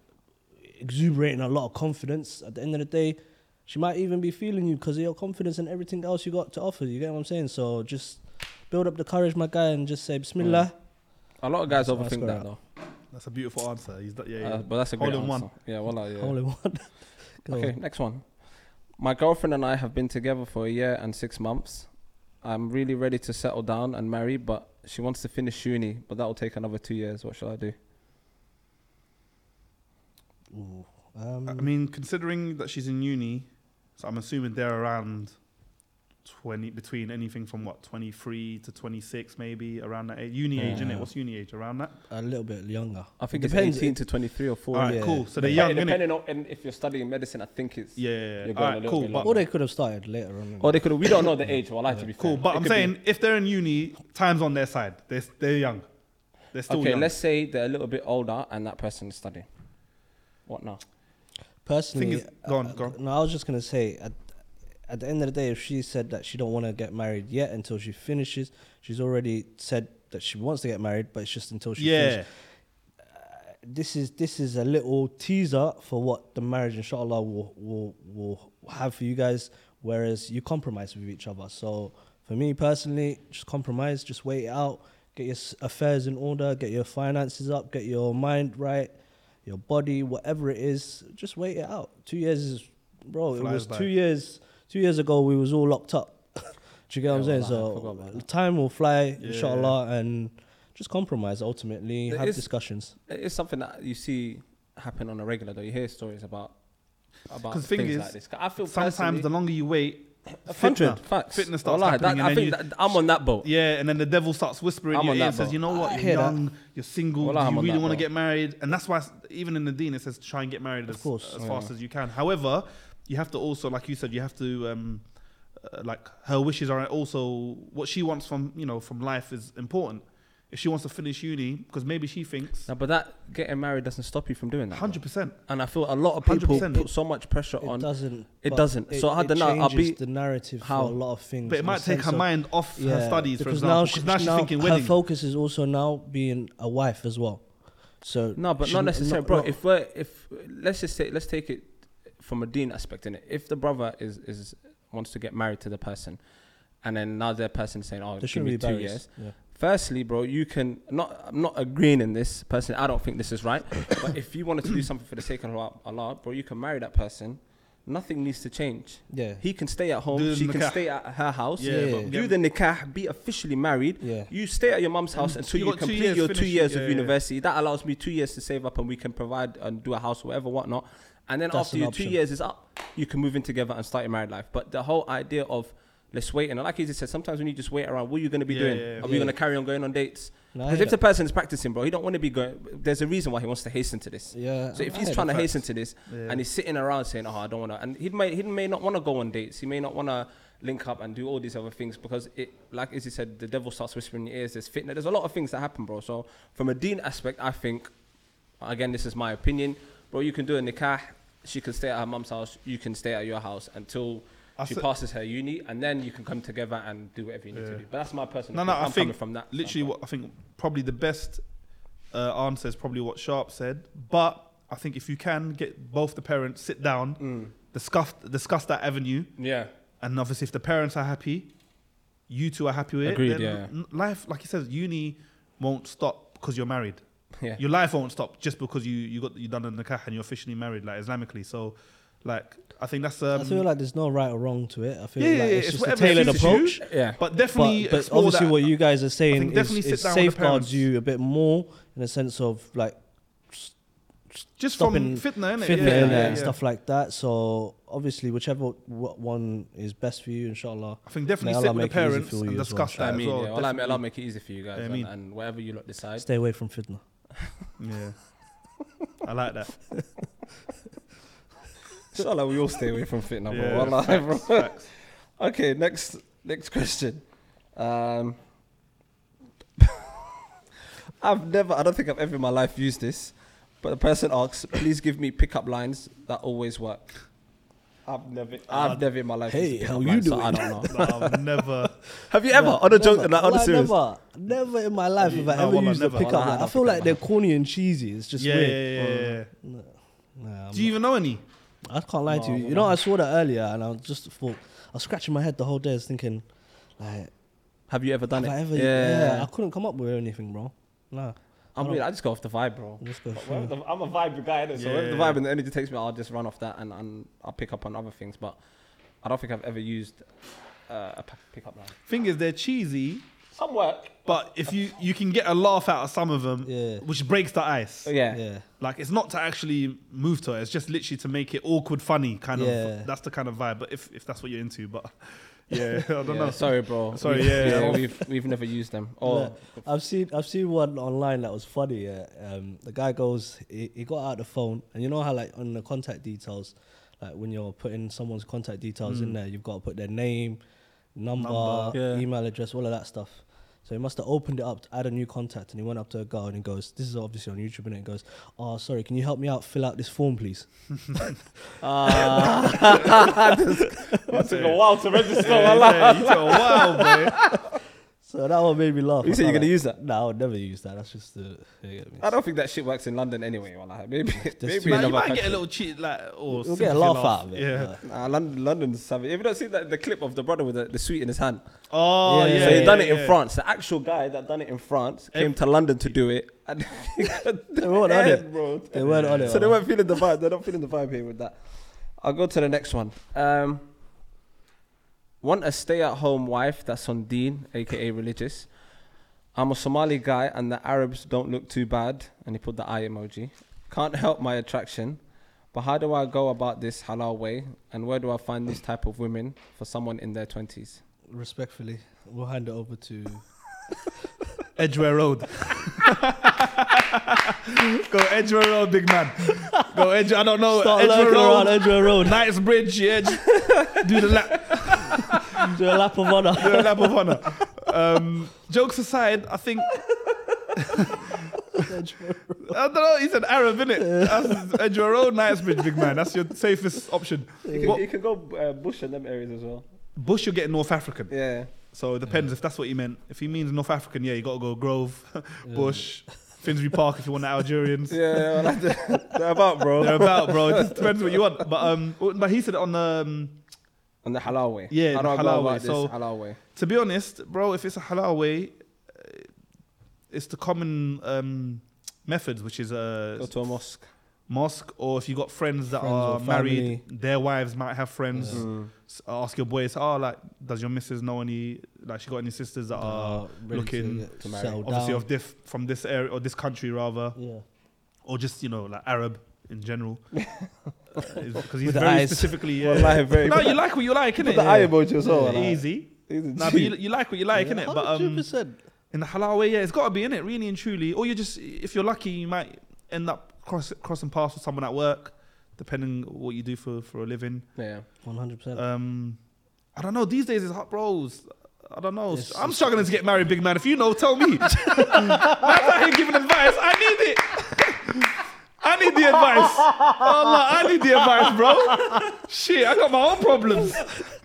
S3: exuberating a lot of confidence, at the end of the day, she might even be feeling you because of your confidence and everything else you got to offer. You get what I'm saying? So just build up the courage, my guy, and just say Bismillah.
S1: A lot of guys
S3: Let's
S1: overthink
S3: go
S1: that
S3: out.
S1: though,
S2: That's a beautiful answer. He's, yeah, yeah.
S1: uh, but that's a
S2: Hole
S1: great
S2: in
S1: answer.
S2: one.
S1: Yeah, well, yeah.
S3: All in one. Go
S1: Okay,
S3: on.
S1: next one. My girlfriend and I have been together for a year and six months. I'm really ready to settle down and marry, but she wants to finish uni, but that will take another two years. What shall I do?
S3: Ooh, um,
S2: I mean, considering that she's in uni, so I'm assuming they're around twenty between anything from what twenty three to twenty six, maybe around that age. uni age, isn't
S3: Yeah.
S2: it? What's uni age around that?
S3: a little bit younger.
S1: I think
S3: It
S1: it's
S3: depends.
S1: 18 to 23 or 40.
S2: All right,
S3: yeah.
S2: cool. So they're young, innit?
S1: depending on and if you're studying medicine, I think it's
S2: Yeah, yeah,
S1: You're
S2: yeah.
S1: going a
S2: All right,
S1: little
S2: cool.
S1: bit
S2: But
S3: Or they could have started later on.
S1: Or they could. We don't know the age. Well, I to be fair.
S2: Cool, but
S1: It
S2: I'm
S1: could be-
S2: saying if they're in uni, time's on their side. They're they're young. They're still
S1: okay,
S2: young.
S1: let's say they're a little bit older and that person is studying. What now?
S3: Personally,
S2: Thing is- go on,
S3: uh,
S2: go on.
S3: No, I was just gonna say at, at the end of the day, if she said that she don't want to get married yet until she finishes, she's already said that she wants to get married, but it's just until she
S2: yeah,
S3: finishes. This is this is a little teaser for what the marriage, inshallah, will will will have for you guys. Whereas you compromise with each other. So for me personally, just compromise, just wait it out, get your s- affairs in order, get your finances up, get your mind right, your body, whatever it is, just wait it out. Two years is, bro. it
S2: Flies
S3: was
S2: by.
S3: two years. Two years ago, we was all locked up. Do you get what I'm
S1: Yeah, wallah,
S3: saying?
S1: I forgot about
S3: So
S1: that.
S3: time will fly,
S2: Yeah.
S3: inshallah, and just compromise ultimately.
S1: There
S3: have
S1: is-
S3: discussions.
S1: It is something that you see happen on a regular. Though you hear stories about about
S2: 'Cause
S1: things
S2: thing
S1: like
S2: is,
S1: this. 'Cause I feel
S2: sometimes
S1: personally-
S2: the longer you wait,
S1: A
S2: fitna,
S1: hundred facts.
S2: fitness starts
S1: Wallah,
S2: happening,
S1: that-
S2: and
S1: I
S2: then
S1: think
S2: you-
S1: that, I'm on that boat.
S2: Yeah, and then the devil starts whispering
S1: I'm
S2: in your
S1: on
S2: ear
S1: that
S2: and says,
S1: boat.
S2: "You know
S3: I
S2: what? You're
S3: hear that.
S2: young. You're single.
S1: Well,
S2: do
S1: I'm
S2: you
S1: on
S2: really
S1: that
S2: want to
S1: boat.
S2: get married?" And that's why, s- even in the deen, it says try and get married as,
S3: course,
S2: as fast as you can. However, you have to also, like you said, you have to. Um, uh, like her wishes are also what she wants from you know from life is important. If she wants to finish uni, because maybe she thinks
S1: No, but that getting married doesn't stop you from doing that. though.
S2: hundred percent.
S1: And I feel a lot of people
S2: 100%.
S1: put so much pressure
S3: It
S1: on.
S3: doesn't.
S1: it
S3: but
S1: doesn't. So I
S3: it
S1: dunno, I'll
S3: changes
S1: be-
S3: the narrative
S1: how?
S3: for a lot of things.
S2: But it
S3: in
S2: might
S3: the
S2: take
S3: sense
S2: her
S3: of-
S2: mind off her
S3: Yeah,
S2: studies, for
S3: because
S2: example.
S3: now
S2: Because now she's
S3: now
S2: thinking
S3: Her
S2: wedding.
S3: focus is also now being a wife as well. So
S1: No, but
S3: she-
S1: not necessarily,
S3: not-
S1: bro.
S3: not-
S1: If we're if let's just say let's take it from a dean aspect in it. If the brother is is wants to get married to the person, and then now their person saying, "Oh,
S3: there
S1: give
S3: shouldn't
S1: me
S3: be
S1: two
S3: barriers.
S1: years."
S3: Yeah.
S1: Firstly, bro, you can not. I'm not agreeing in this person. I don't think this is right. but if you wanted to do something for the sake of Allah, Allah, bro, you can marry that person. Nothing needs to change.
S3: Yeah.
S1: He can stay at home.
S2: Do the
S1: she can
S2: nikah.
S1: stay at her house.
S2: Yeah,
S3: Yeah.
S2: but
S1: Do the nikah, be officially married.
S3: Yeah.
S1: You stay at your mum's house until
S2: Mm. you
S1: you,
S2: got two
S1: complete
S2: years,
S1: your two
S2: finish-
S1: years
S2: yeah,
S1: of
S2: yeah.
S1: university. That allows me two years to save up, and we can provide and do a house, whatever, whatnot. And then
S3: That's
S1: after
S3: an
S1: your two
S3: option.
S1: years is up, you can move in together and start your married life. But the whole idea of let's wait, and like you said, sometimes when you just wait around, what are you going to be
S2: Yeah,
S1: doing?
S2: yeah, yeah.
S1: Are we
S3: Yeah.
S1: going to carry on going on dates?
S3: No, I
S1: Because
S3: hear
S1: if the
S3: that.
S1: person is practicing, bro, he don't want to be going. There's a reason why he wants to hasten to this.
S2: Uh,
S3: Yeah,
S1: So if
S3: I
S1: he's
S3: hear
S1: trying to
S3: that.
S1: hasten to this
S2: Yeah.
S1: and he's sitting around saying, "Oh, I don't want to," and he may he may not want to go on dates. He may not want to link up and do all these other things because it, like Izzy said, the devil starts whispering in your ears. There's fitness. There's a lot of things that happen, bro. So from a dean aspect, I think, again, this is my opinion, bro. You can do a nikah. She can stay at her mum's house. You can stay at your house until.
S2: I
S1: she
S2: thi-
S1: passes her uni, and then you can come together and do whatever you need
S2: Yeah.
S1: to do. But that's my personal.
S2: No, no,
S1: opinion.
S2: I
S1: I'm
S2: think
S1: coming from that.
S2: literally what I think probably the best uh, answer is probably what Sharp said. But I think if you can get both the parents sit down, discuss discuss that avenue,
S1: standpoint. Mm. Yeah.
S2: and obviously if the parents are happy, you two are happy with
S1: Agreed,
S2: it. then
S1: yeah.
S2: n- Life, like he says, uni won't stop because you're married.
S1: Yeah.
S2: Your life won't stop just because you you got you done a nikah and you're officially married, like Islamically. So, like I think that's um,
S3: I feel like there's no right or wrong to it. I feel
S2: Yeah,
S3: like
S2: yeah, yeah,
S3: it's,
S2: it's
S3: just a
S2: whatever
S3: tailored
S2: suits you.
S3: approach.
S1: Yeah.
S2: but
S3: But,
S2: definitely
S3: but
S2: explore
S3: obviously,
S2: that.
S3: what you guys are
S2: think
S3: saying
S2: definitely
S3: is,
S2: sit
S3: is
S2: down with the
S3: safeguards
S2: parents.
S3: you a bit more in the sense of like
S2: just
S3: stopping
S2: from fitna, innit?
S3: fitna
S2: Yeah,
S3: innit,
S2: yeah,
S3: and
S2: yeah, yeah.
S3: stuff like that. So obviously, whichever wh- one is best for you, inshallah.
S2: I think definitely
S3: May
S2: sit
S3: Allah
S2: with the
S3: make it easy
S2: parents
S3: for you
S2: and
S3: as
S2: discuss
S1: I
S2: that as
S1: mean,
S2: well.
S1: yeah, Allah, may Allah
S2: definitely.
S1: make it easy for you guys,
S2: Yeah, I
S1: and-
S2: mean-
S1: and whatever you lot decide.
S3: Stay away from fitna.
S2: Yeah. I like that.
S1: Inshallah, we all stay away from fitna, bro.
S2: Yeah,
S1: Wallah, bro.
S2: facts, facts.
S1: Okay, next next question. Um, I've never, I don't think I've ever in my life used this, but the person asks, "Please give me pickup lines that always work." I've never, I've never in my life.
S3: Hey,
S1: used
S3: how
S1: pickup
S3: you
S1: lines, so
S3: doing?
S1: I don't know.
S2: No, I've never.
S1: Have you ever?
S3: No,
S1: on a joke,
S3: never.
S1: like, on a
S3: Wallah,
S1: serious.
S3: Never, never in my life have I
S2: No,
S3: ever
S2: wallah,
S3: used
S2: never.
S3: a pickup
S1: Wallah, I
S3: line. I
S1: don't
S3: feel
S1: pick up
S3: like they're corny and cheesy. It's just
S2: Yeah, yeah,
S3: weird. Um,
S2: yeah, yeah, yeah.
S3: No, nah, I'm
S2: Do you even know any?
S3: I can't lie to
S1: No,
S3: you. You know, I saw that earlier, and I just thought I was scratching my head the whole day. I was thinking, like,
S1: Have you ever done
S3: have I
S1: it?
S3: ever? Yeah. I couldn't come up with anything, bro. Nah,
S1: I mean, I just go off the vibe, bro.
S3: Let's go.
S1: Whatever the- I'm a vibe guy, innit? so
S2: Yeah,
S1: whatever the vibe
S2: yeah, yeah.
S1: and the energy takes me, I'll just run off that and, and I'll pick up on other things. But I don't think I've ever used uh, a p- pickup line.
S2: Thing is, they're cheesy,
S1: Some work.
S2: but if you you can get a laugh out of some of them,
S3: Yeah.
S2: which breaks the ice.
S1: Oh, yeah.
S3: Yeah.
S2: Like it's not to actually move to it; it's just literally to make it awkward, funny kind
S3: Yeah.
S2: of. That's the kind of vibe. But if if that's what you're into, but yeah, I don't
S1: Yeah,
S2: know.
S1: Sorry, bro.
S2: Sorry,
S1: We've-
S2: yeah, yeah.
S1: We've, we've never used them. Oh,
S3: I've seen I've seen one online that was funny. Yeah. Um, the guy goes, he, he got out the phone, and you know how like on the contact details, like when you're putting someone's contact details in there, you've got to put their name, number,
S2: Number,
S1: Mm. yeah.
S3: email address, all of that stuff. So he must have opened it up to add a new contact, and he went up to a girl and he goes, "This is obviously on YouTube," and he goes, "Oh, sorry, can you help me out? Fill out this form, please."
S1: uh, that took a while to register.
S2: Yeah,
S1: wallah.
S2: yeah, you took a while, bro.
S3: So that one made me laugh.
S1: You said you're
S3: I'm
S1: gonna
S3: like,
S1: use that?
S3: No, I would never use that. That's just the. you get me?
S1: I don't think that shit works in London anyway. Wallah. Maybe,
S2: Like,
S1: maybe
S2: you
S1: another
S2: might
S1: country.
S2: get a little cheat, like or
S3: You'll get
S2: sympathy
S3: a laugh out of it.
S2: Yeah.
S3: but-
S1: Nah, London, London's savage. If you don't see that, the clip of the brother with the, the sweet in his hand,
S2: Oh
S3: Yeah,
S2: yeah.
S3: yeah,
S1: so he
S2: yeah,
S1: done it in
S2: yeah.
S1: France. The actual guy that done it in France came to London to do it, and he got
S3: They weren't on
S1: dead,
S3: it.
S1: bro.
S3: They weren't on it.
S1: So they weren't feeling the vibe. They're not feeling the vibe here with that. I'll go to the next one. Um, want a stay-at-home wife that's on Dean, aka religious. I'm a Somali guy, and the Arabs don't look too bad. And he put the eye emoji. Can't help my attraction, but how do I go about this halal way? And where do I find this type of women for someone in their twenties?
S3: Respectfully, we'll hand it over to.
S2: Edgware Road. Go Edgware Road, big man. Go Edge. I don't know.
S3: Start
S2: Edgware
S3: lurking around
S2: Road.
S3: Oh, Edgware Road.
S2: Knightsbridge, Edge. Do the lap.
S3: Do a lap of honour.
S2: Do the lap of honor. Um, jokes aside, I think. I don't know. He's an Arab, innit? That's Edgware Road, Knightsbridge, big man. That's your safest option.
S1: You can,
S2: What-
S1: you can go uh, bush in them areas as well.
S2: Bush, you're getting North African.
S1: Yeah.
S2: So it depends if that's what he meant. If he means North African, yeah, you got to go Grove, Bush, Finsbury Park if you want the Algerians.
S1: Yeah, well, they're about, bro.
S2: They're about, bro. It just depends what you want. But um, but he said on um,
S1: On the halal way.
S2: Yeah,
S1: how do
S2: the
S1: I go
S2: halal
S1: about
S2: way.
S1: this
S2: So-
S1: halal way?
S2: to be honest, bro, if it's a halal way, uh, it's the common um methods, which is
S1: Go
S2: a
S1: to a mosque.
S2: mosque, or if you got friends that
S3: Friends
S2: are
S3: or
S2: married,
S3: family. Mm-hmm.
S2: their wives might have friends.
S3: Yeah.
S2: S- Ask your boys, oh, like, does your missus know any? Like, she got any sisters that are looking
S1: to marry.
S3: settle
S2: obviously
S3: down.
S2: of diff from this area or this country rather,
S3: yeah.
S2: or just you know like Arab in general, because he's
S3: With the
S2: very
S3: eyes.
S2: specifically.
S1: Well,
S2: Yeah.
S1: like, very
S2: no,
S1: good.
S2: you like what you like, innit?
S1: the eye emoji as well.
S2: Yeah,
S1: like,
S2: Easy.
S1: easy to
S2: Nah, but
S1: see.
S2: you, you like what you like, innit? But um,
S3: 100%.
S2: in the halal way, yeah, it's got to be in it, really and truly. Or you just, if you're lucky, you might end up cross, crossing paths with someone at work, depending what you do for, for a living.
S1: yeah.
S2: uh,
S3: 100%.
S2: Um, I don't know. These days, it's hot, bros. I don't know.
S3: It's-
S2: I'm struggling to get married, big man. If you know, tell me. Man's out here giving advice. I need it. I need the advice. Allah, I need the advice, bro. Shit, I got my own problems.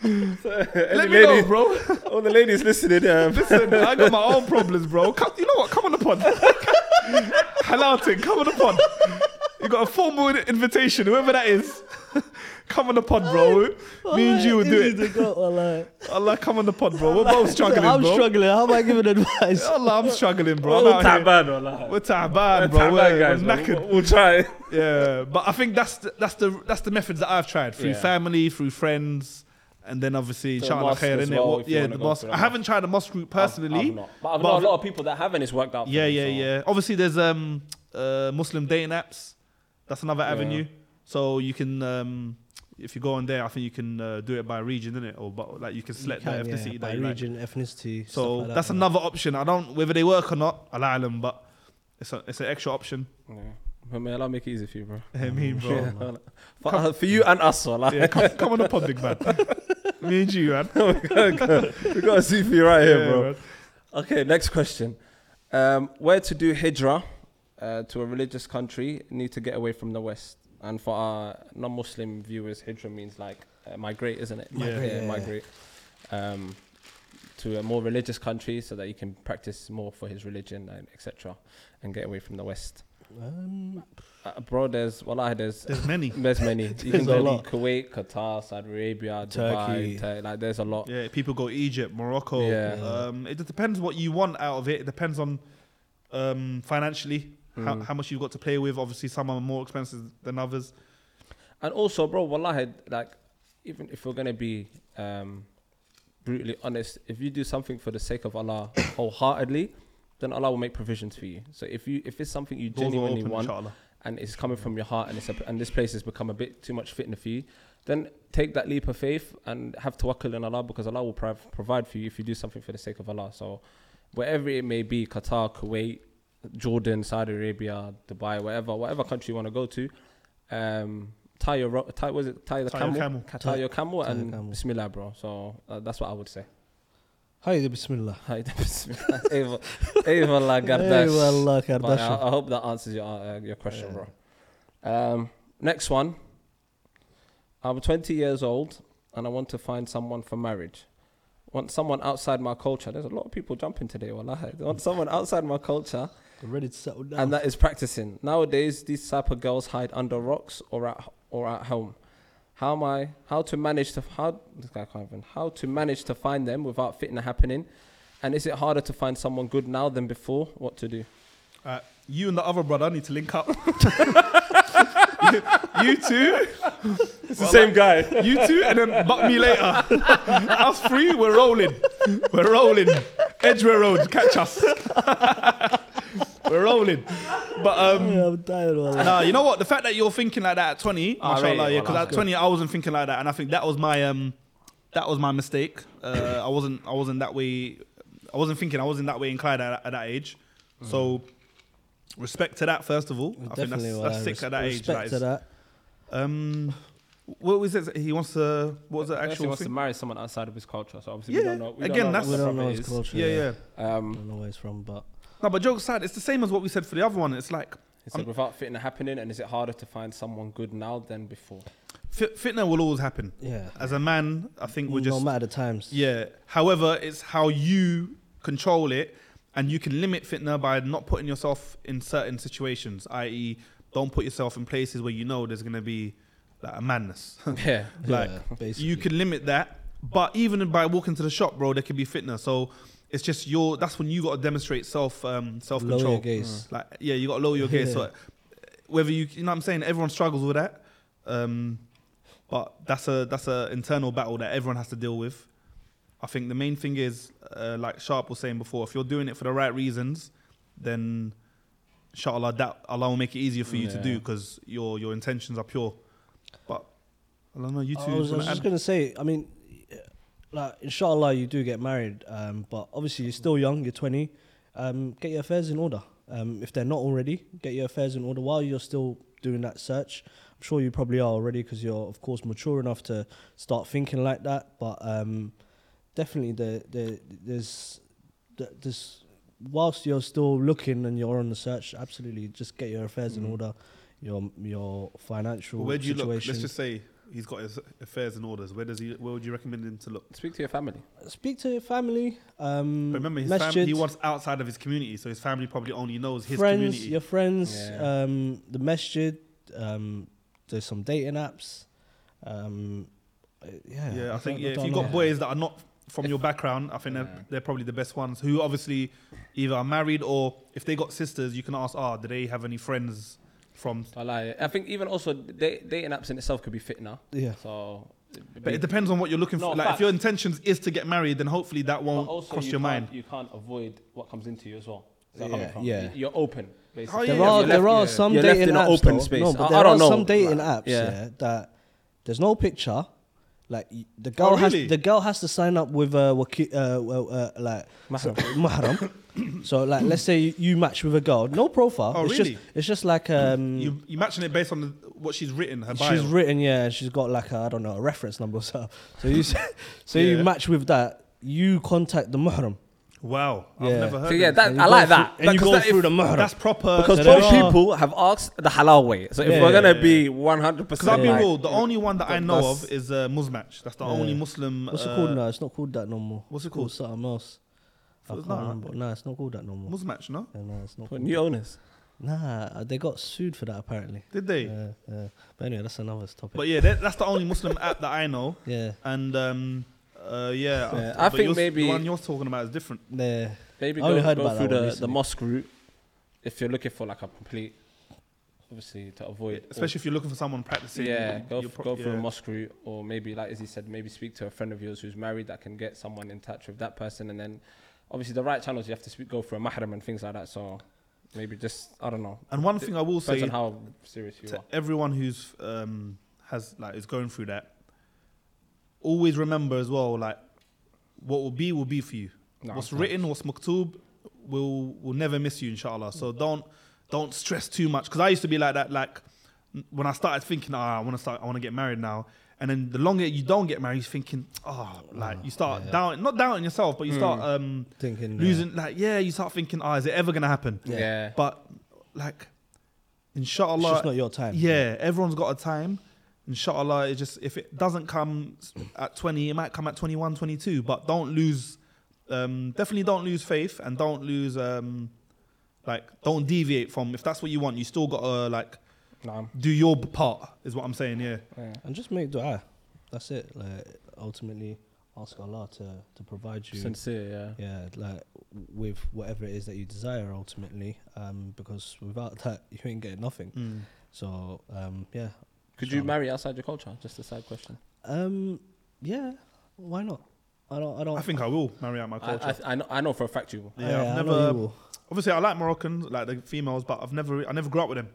S2: Let me know,
S1: lady-
S2: bro.
S1: All Oh, the ladies listening, um,
S2: Listen, I got my own problems, bro. Come, you know what? Come on the pod. Halal thing, come on the pod. You got a formal in- invitation, whoever that is. come on the pod, bro. Me and you will do it. Allah, come on the pod, bro. We're both struggling,
S3: I'm
S2: bro.
S3: struggling. How am I giving advice?
S2: Allah, I'm struggling, bro.
S1: all
S2: I'm out here.
S1: taban, wallah.
S2: We're taban, bro.
S1: Taban,
S2: We're,
S1: guys,
S2: we're
S1: man.
S2: knackered.
S1: We'll, we'll try.
S2: Yeah, but I think that's the, that's the that's the methods that I've tried through
S1: Yeah.
S2: family, through friends, and then obviously
S1: So
S2: inshallah
S1: mosque
S2: khair,
S1: as
S2: innit?
S1: well,
S2: What-
S1: if you
S2: yeah,
S1: wanna
S2: the
S1: go
S2: mosque.
S1: through
S2: I
S1: that
S2: haven't tried the mosque route personally.
S1: I've not. But I've
S2: But
S1: known
S2: I've-
S1: a lot of people that haven't. It's worked out. for
S2: Yeah,
S1: them,
S2: yeah,
S1: so-
S2: yeah. Obviously, there's um uh, Muslim dating apps. That's another
S1: Yeah.
S2: avenue. So you can um if you go on there, I think you can uh, do it by region, innit? Or but like you can
S3: You
S2: select
S3: can,
S2: the
S3: yeah,
S2: ethnicity
S3: by
S2: that you like.
S3: region, ethnicity. stuff
S2: So
S3: like that,
S2: that's
S3: yeah.
S2: another option. I don't whether they work or not. Allah alam, but it's a, it's an extra option.
S1: Yeah. But may Allah make it easy for you, bro.
S2: I mean, bro.
S1: Yeah, wallah. for, uh, for you and us, wallah.
S2: Yeah, come, come on the pod, big man. Me and you, man.
S1: we got a see for you right here,
S2: Yeah,
S1: bro.
S2: man.
S1: Okay, next question. Um, where to do hijrah uh, to a religious country need to get away from the West? And for our non-Muslim viewers, hijrah means like uh, migrate, isn't it?
S2: Yeah.
S1: Migrate,
S3: Yeah.
S1: migrate um, to a more religious country so that you can practice more for his religion and etc. And get away from the West.
S3: Um,
S1: Uh, bro, there's wallahi, there's
S2: There's many.
S1: there's many. You
S3: There's
S1: can
S3: a
S1: go
S3: lot.
S1: to Kuwait, Qatar, Saudi Arabia,
S3: Turkey.
S1: Dubai. Tur- like there's a lot.
S2: Yeah, people go Egypt, Morocco.
S1: Yeah.
S2: Um, it just depends what you want out of it. It depends on um, financially,
S1: Hmm.
S2: how, how much you've got to play with. Obviously, some are more expensive than others.
S1: And also, bro, wallahi, like, even if we're gonna be um, brutally honest, if you do something for the sake of Allah wholeheartedly, then Allah will make provisions for you. So if you if it's something you
S2: Doors are
S1: genuinely
S2: open,
S1: want
S2: inshallah.
S1: and it's coming from your heart and it's a, and this place has become a bit too much fitna for you, then take that leap of faith and have tawakkul in Allah because Allah will prov- provide for you if you do something for the sake of Allah. So wherever it may be, Qatar, Kuwait, Jordan, Saudi Arabia, Dubai, wherever, whatever country you want to go to, um, tie your ro- tie was it tie the
S2: Tie your
S1: camel,
S2: camel.
S1: Ca-
S3: Tie-
S1: tie your camel,
S3: tie your
S1: and
S3: camel.
S1: Bismillah, bro. So uh, that's what I would say.
S3: Hi, there, Bismillah.
S1: Hi, Bismillah. Eyvallah, eyvallah,
S3: Hey,
S1: Gardash.
S3: wallah,
S1: But uh, I,
S3: Kardashian.
S1: I hope that answers your uh, your question,
S3: Yeah.
S1: bro. Um, next one. I'm 20 years old and I want to find someone for marriage. Want someone outside my culture. There's a lot of people jumping today. Wallahi. They want someone outside my culture
S3: They're ready to settle down.
S1: and that is practicing. Nowadays, these type of girls hide under rocks or at or at home. How am I? How to manage to how this guy can't even how to manage to find them without fitna happening? And is it harder to find someone good now than before? What to do?
S2: Uh, you and the other brother need to link up. you two,
S1: It's the same guy.
S2: you two, and then buck me later. us three, we're rolling. We're rolling. Edgeware Road, catch us. we're rolling. But um,
S3: yeah, I'm tired, wallah.
S2: Nah, you know what? The fact that you're thinking like that at 20,
S1: Ah,
S2: mashallah,
S1: really?
S2: yeah,
S1: Well,
S2: because
S1: that's
S2: at 20 I wasn't thinking like that, and I think that was my um, that was my mistake. Uh, I wasn't, I wasn't that way. I wasn't thinking. I wasn't that way inclined at, at that age. So, respect to that first of all. I think that's,
S3: Definitely,
S2: that's
S3: wallah.
S2: sick at that
S3: Res-
S2: age. That
S3: Respect to
S2: is.
S3: that.
S2: Um, what was it? He wants to. What was the
S1: Actually,
S2: actual
S1: wants to
S2: thing?
S1: marry someone outside of his culture. So obviously, we
S2: Yeah,
S1: don't know. We
S2: again,
S1: don't know
S2: that's-
S3: We
S1: what
S3: don't know
S1: brother
S3: his
S1: is.
S3: culture.
S2: Yeah, yeah.
S1: Um,
S3: Don't know where he's from, but
S2: No, but joke aside, it's the same as what we said for the other one. It's like
S1: he said, without fitna happening, and is it harder to find someone good now than before?
S2: fit, fitna will always happen.
S3: yeah.
S2: As a man, I think we're just
S3: no matter the times.
S2: Yeah. However, it's how you control it, and you can limit fitna by not putting yourself in certain situations. I.e., don't put yourself in places where you know there's gonna be like a madness.
S1: yeah.
S2: like
S3: basically.
S2: you can limit that, but even by walking to the shop, bro, there can be fitna. So it's just your. That's when you gotta demonstrate self um, self
S3: lower
S2: control.
S3: your gaze.
S2: Like yeah, you gotta lower your gaze. So
S3: Yeah.
S2: uh, whether you, you know, what I'm saying everyone struggles with that, um, but that's a that's a internal battle that everyone has to deal with. I think the main thing is, uh, like Sharp was saying before, if you're doing it for the right reasons, then inshallah that Allah will make it easier for you to
S1: Yeah.
S2: do because your your intentions are pure. But I don't know, you two.
S3: I was, I
S2: wanna
S3: was just
S2: add?
S3: gonna say. I mean, eh, like inshallah, you do get married, um, but obviously you're still young. You're 20. Um, get your affairs in order. Um, if they're not already, get your affairs in order while you're still doing that search. I'm sure you probably are already because you're of course mature enough to start thinking like that. But um, definitely, the, the there's the, there's whilst you're still looking and you're on the search, absolutely, just get your affairs in order. Your your financial
S2: Mm. Where do you
S3: situation.
S2: look? Let's just say he's got his affairs in orders. Where does he? Where would you recommend him to look?
S1: Speak to your family.
S3: speak to your family. Um,
S1: Mm.
S2: But remember, his
S3: masjid,
S2: family, he wants outside of his community, so his family probably only knows his
S3: friends,
S2: community.
S3: your friends,
S1: Yeah.
S3: um, the masjid. Um, there's some dating apps. Um, uh, yeah,
S2: yeah, I, think
S3: don't-
S2: yeah, if
S3: don't
S2: you've
S3: know.
S2: got boys that are not from your background, I think
S1: Yeah.
S2: they're, they're probably the best ones who obviously either are married or if they got sisters, you can ask, ah, do they have any friends from?
S1: Wallahi. I think even also da- dating apps in itself could be fitna.
S3: yeah,
S1: So,
S2: But it depends on what you're looking
S1: No,
S2: for. Like,
S1: facts.
S2: if your intentions is to get married, then hopefully that
S1: But
S2: won't
S1: also
S2: cross
S1: you
S2: your
S1: can't-
S2: mind.
S1: You can't avoid what comes into you as well. Is that
S3: Yeah,
S1: coming from?
S3: yeah.
S1: Y- You're open. Basically.
S2: yeah,
S3: There
S2: Oh, yeah,
S3: are
S2: you're
S3: there
S2: left-
S3: are
S2: yeah.
S3: some
S1: You're left
S3: dating
S1: in an
S3: apps.
S1: open
S3: though.
S1: space.
S3: No, but
S1: I- I
S3: there
S1: don't
S3: are
S1: know,
S3: some dating
S1: like,
S3: apps.
S1: yeah.
S3: Yeah. that there's no picture. Like y- the girl has
S2: Oh, really?
S3: the girl has to sign up with a waki, uh, well, uh, like so- mahram. so like let's say you, you match with a girl, no profile.
S2: Oh,
S3: it's
S2: really?
S3: just it's just like um
S2: You
S1: Mm.
S2: you matching it based on the, what she's written her bio.
S3: she's written yeah, and she's got like a, I don't know a reference number so so you s- so
S2: Yeah.
S3: you match with that. You contact the mahram.
S2: wow, I've
S3: Yeah.
S2: never heard.
S1: So yeah,
S2: of that,
S1: that,
S3: And you
S1: I
S3: go
S1: like that.
S3: through- And you
S1: Because
S3: go
S1: that if-
S3: through the mahram.
S2: that's proper.
S1: Because
S3: So there
S1: most
S3: are-
S1: people have asked the halal way. So if
S3: Yeah,
S1: we're
S3: yeah,
S1: gonna
S2: yeah.
S1: be 100,
S2: Because I've
S1: percent
S2: been
S1: like, uh,
S2: ruled. The only one that I know
S1: that's-
S2: of is uh, Muzmatch. That's the
S3: Yeah.
S2: only Muslim.
S3: What's
S2: uh,
S3: it called now? It's not called that no more.
S2: what's it
S3: It's called?
S2: called?
S3: Something else. I
S2: So it's
S3: can't
S2: not-
S3: remember. Nah, it's not called that no more.
S2: Muzmatch, no?
S3: Yeah, nah, it's not
S1: for
S3: called
S1: new owners.
S3: Nah, uh, they got sued for that apparently.
S2: Did they?
S3: Yeah, yeah. But anyway, that's another topic.
S2: But yeah, that, that's the only Muslim app that I know.
S3: yeah,
S2: And um, uh,
S1: Yeah,
S2: yeah, but
S1: I think
S2: yours-
S1: maybe-
S2: the one you're talking about is different.
S3: yeah.
S1: Maybe
S3: I only
S1: go,
S3: heard
S1: go
S3: about
S1: through
S3: that one
S1: the, the
S3: recently.
S1: mosque route if you're looking for like a complete, obviously to avoid, all-
S2: Especially if you're looking for someone practicing.
S1: yeah, go,
S2: you're
S1: f-
S2: pro-
S1: go through
S2: yeah.
S1: a mosque route, or maybe like as he said, maybe speak to a friend of yours who's married that can get someone in touch with that person, and then obviously the right channels you have to speak, go for a mahram and things like that. So maybe just I don't know,
S2: And one thing I will
S1: depends
S2: say
S1: on how serious you
S2: to
S1: are.
S2: everyone who's um, has like is going through that, always remember as well like what will be will be for you.
S1: No,
S2: what's
S1: no.
S2: written, what's maktub, will will never miss you, inshallah. So don't don't stress too much because I used to be like that. Like n- when I started thinking, ah, I want to start, I want to get married now. And then the longer you don't get married, you're thinking, oh, like you start
S3: yeah.
S2: doubting, not doubting yourself, but you start um,
S3: Thinking
S2: losing, like yeah, you start thinking, ah, is it ever gonna happen?
S1: Yeah.
S2: But like,
S3: It's
S2: inshallah,
S3: just not your time.
S2: yeah, everyone's got a time. Inshallah, it just if it doesn't come at 20, it might come at 21, 22. But don't lose, um, definitely don't lose faith and don't lose, um, like, don't deviate from. If that's what you want, you still gotta like
S1: Nah,
S2: do your part. Is what I'm saying. Yeah,
S1: yeah.
S3: and just make dua. That's it. Like ultimately, ask Allah to to provide you.
S1: sincere, yeah.
S3: yeah, like with whatever it is that you desire ultimately, um, because without that you ain't getting nothing.
S2: Mm.
S3: So um, yeah,
S1: Could you
S3: Inshallah.
S1: marry outside your culture? Just a side question.
S3: um, yeah, why not? I don't. I don't.
S2: I think I will marry out my
S1: I,
S2: culture.
S1: I, I, know, I know for a fact you will.
S2: yeah,
S3: I
S2: I've
S3: know you
S2: never.
S3: will.
S2: Obviously, I like Moroccans, like the females, but I've never, I never grew up with them.